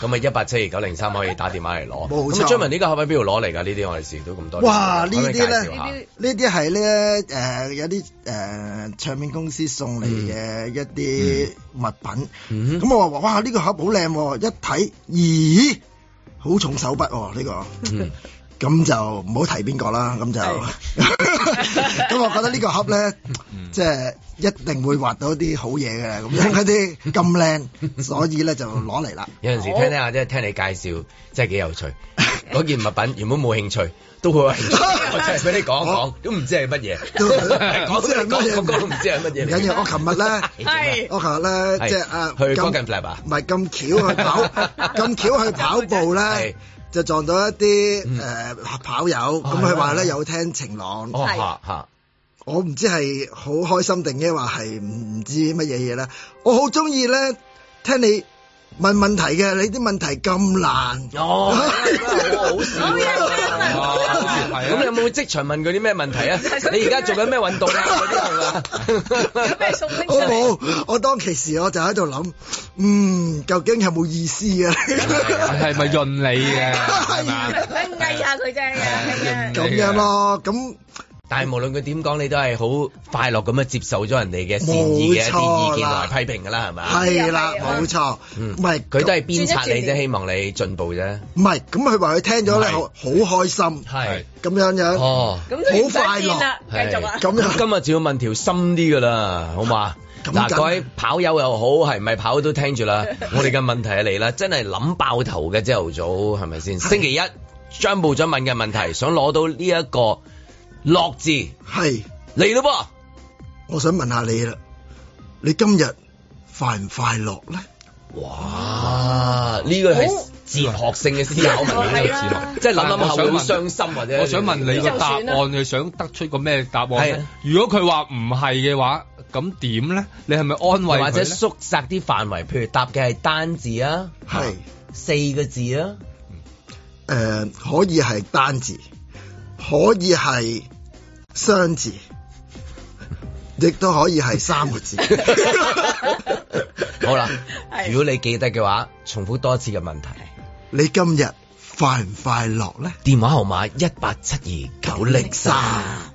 B: 係咪？咁啊，一八七二九零三可以打電話嚟攞。
L: 冇錯
B: 咁啊，張文呢個盒喺邊度攞嚟㗎？呢啲我哋時都咁多年。
L: 哇！呢啲
B: 可唔可以介
L: 咧，
B: 紹下
L: 呢啲係咧誒有啲誒、呃唱片公司送嚟嘅
B: 嗯
L: 一啲物品。咁、我話哇！呢、
B: 嗯
L: 個盒好靚喎，一睇，咦，好重手筆喎、呢、個。咁就唔好提邊個啦，咁就 咁我覺得呢個盒咧，
B: 嗯
L: 即係一定會畫到啲好嘢嘅，咁樣嗰啲咁 靚，所以咧就攞嚟啦。
B: 有陣時聽聽下，即係聽你介紹，真係幾有趣。嗰件物品原本冇興趣，都好有興趣。我真係俾你講一講，都唔知係乜嘢，講到你講講都唔知係乜嘢
L: 唔
B: 嚟。
L: 緊要，我琴日
B: 係
L: 咧，我琴日咧，即係啊，
B: 去
L: 咁
B: g o g Flap 啊，
L: 唔係咁巧去 跑，咁巧去跑步咧，就撞到一啲
B: 嗯
L: 誒跑友，咁佢話咧有聽晴朗，
B: 哦嚇嚇，
L: 我唔知係好開心定抑或係唔唔知乜嘢嘢啦。我好中意咧聽你問問題嘅，你啲問題咁難，
B: 哦，好事咁有冇即場問佢啲咩問題啊？你而家做緊咩運動啊？嗰啲係嘛？
L: 我冇，我當其時我就喺度諗，嗯，究竟有冇意思啊？
C: 係咪潤你嘅？係嘛？
B: 咁
L: 咁樣咯，咁
B: 但係無論佢點講，你都係好快樂咁樣接受咗人哋嘅善意嘅一啲意見同埋批評㗎啦，係咪？
L: 係啦，冇錯， 唔係
B: 佢都係鞭策你啫，希望你進步啫。
L: 唔係，咁佢話佢聽咗咧，好好開心，
B: 係
L: 咁樣樣，
B: 哦，
L: 咁就唔使
H: 好快
L: 煎
H: 樂
L: 啦，
B: 係
H: 啊
L: 咁樣
B: 今日就要問條深啲㗎啦，好嘛？嗱，各位跑友又好，係唔係跑都聽住啦。我哋嘅問題嚟啦，真係諗爆頭嘅朝頭早係咪先？星期一張部長問嘅問題，想攞到呢一個樂字
L: 係
B: 嚟咯
L: 我想問下你啦，你今日快唔快樂咧？
B: 哇！啊呢個係哲學性嘅思考問題，即係諗諗下會好傷心或者。
C: 我想問你個答案，你想得出個咩答案
B: 啊
C: 咧？如果佢話唔係嘅話，咁點咧？你係咪安慰佢
B: 或者
C: 呢
B: 縮窄啲範圍，譬如答嘅係單字啊，
L: 係
B: 四個字啊，
L: 誒、可以係單字，可以係雙字，亦都可以係三個字。
B: 好啦，如果你記得嘅話，重複多次嘅問題。
L: 你今日快唔快樂咧？
B: 電話號碼一八七二九零三。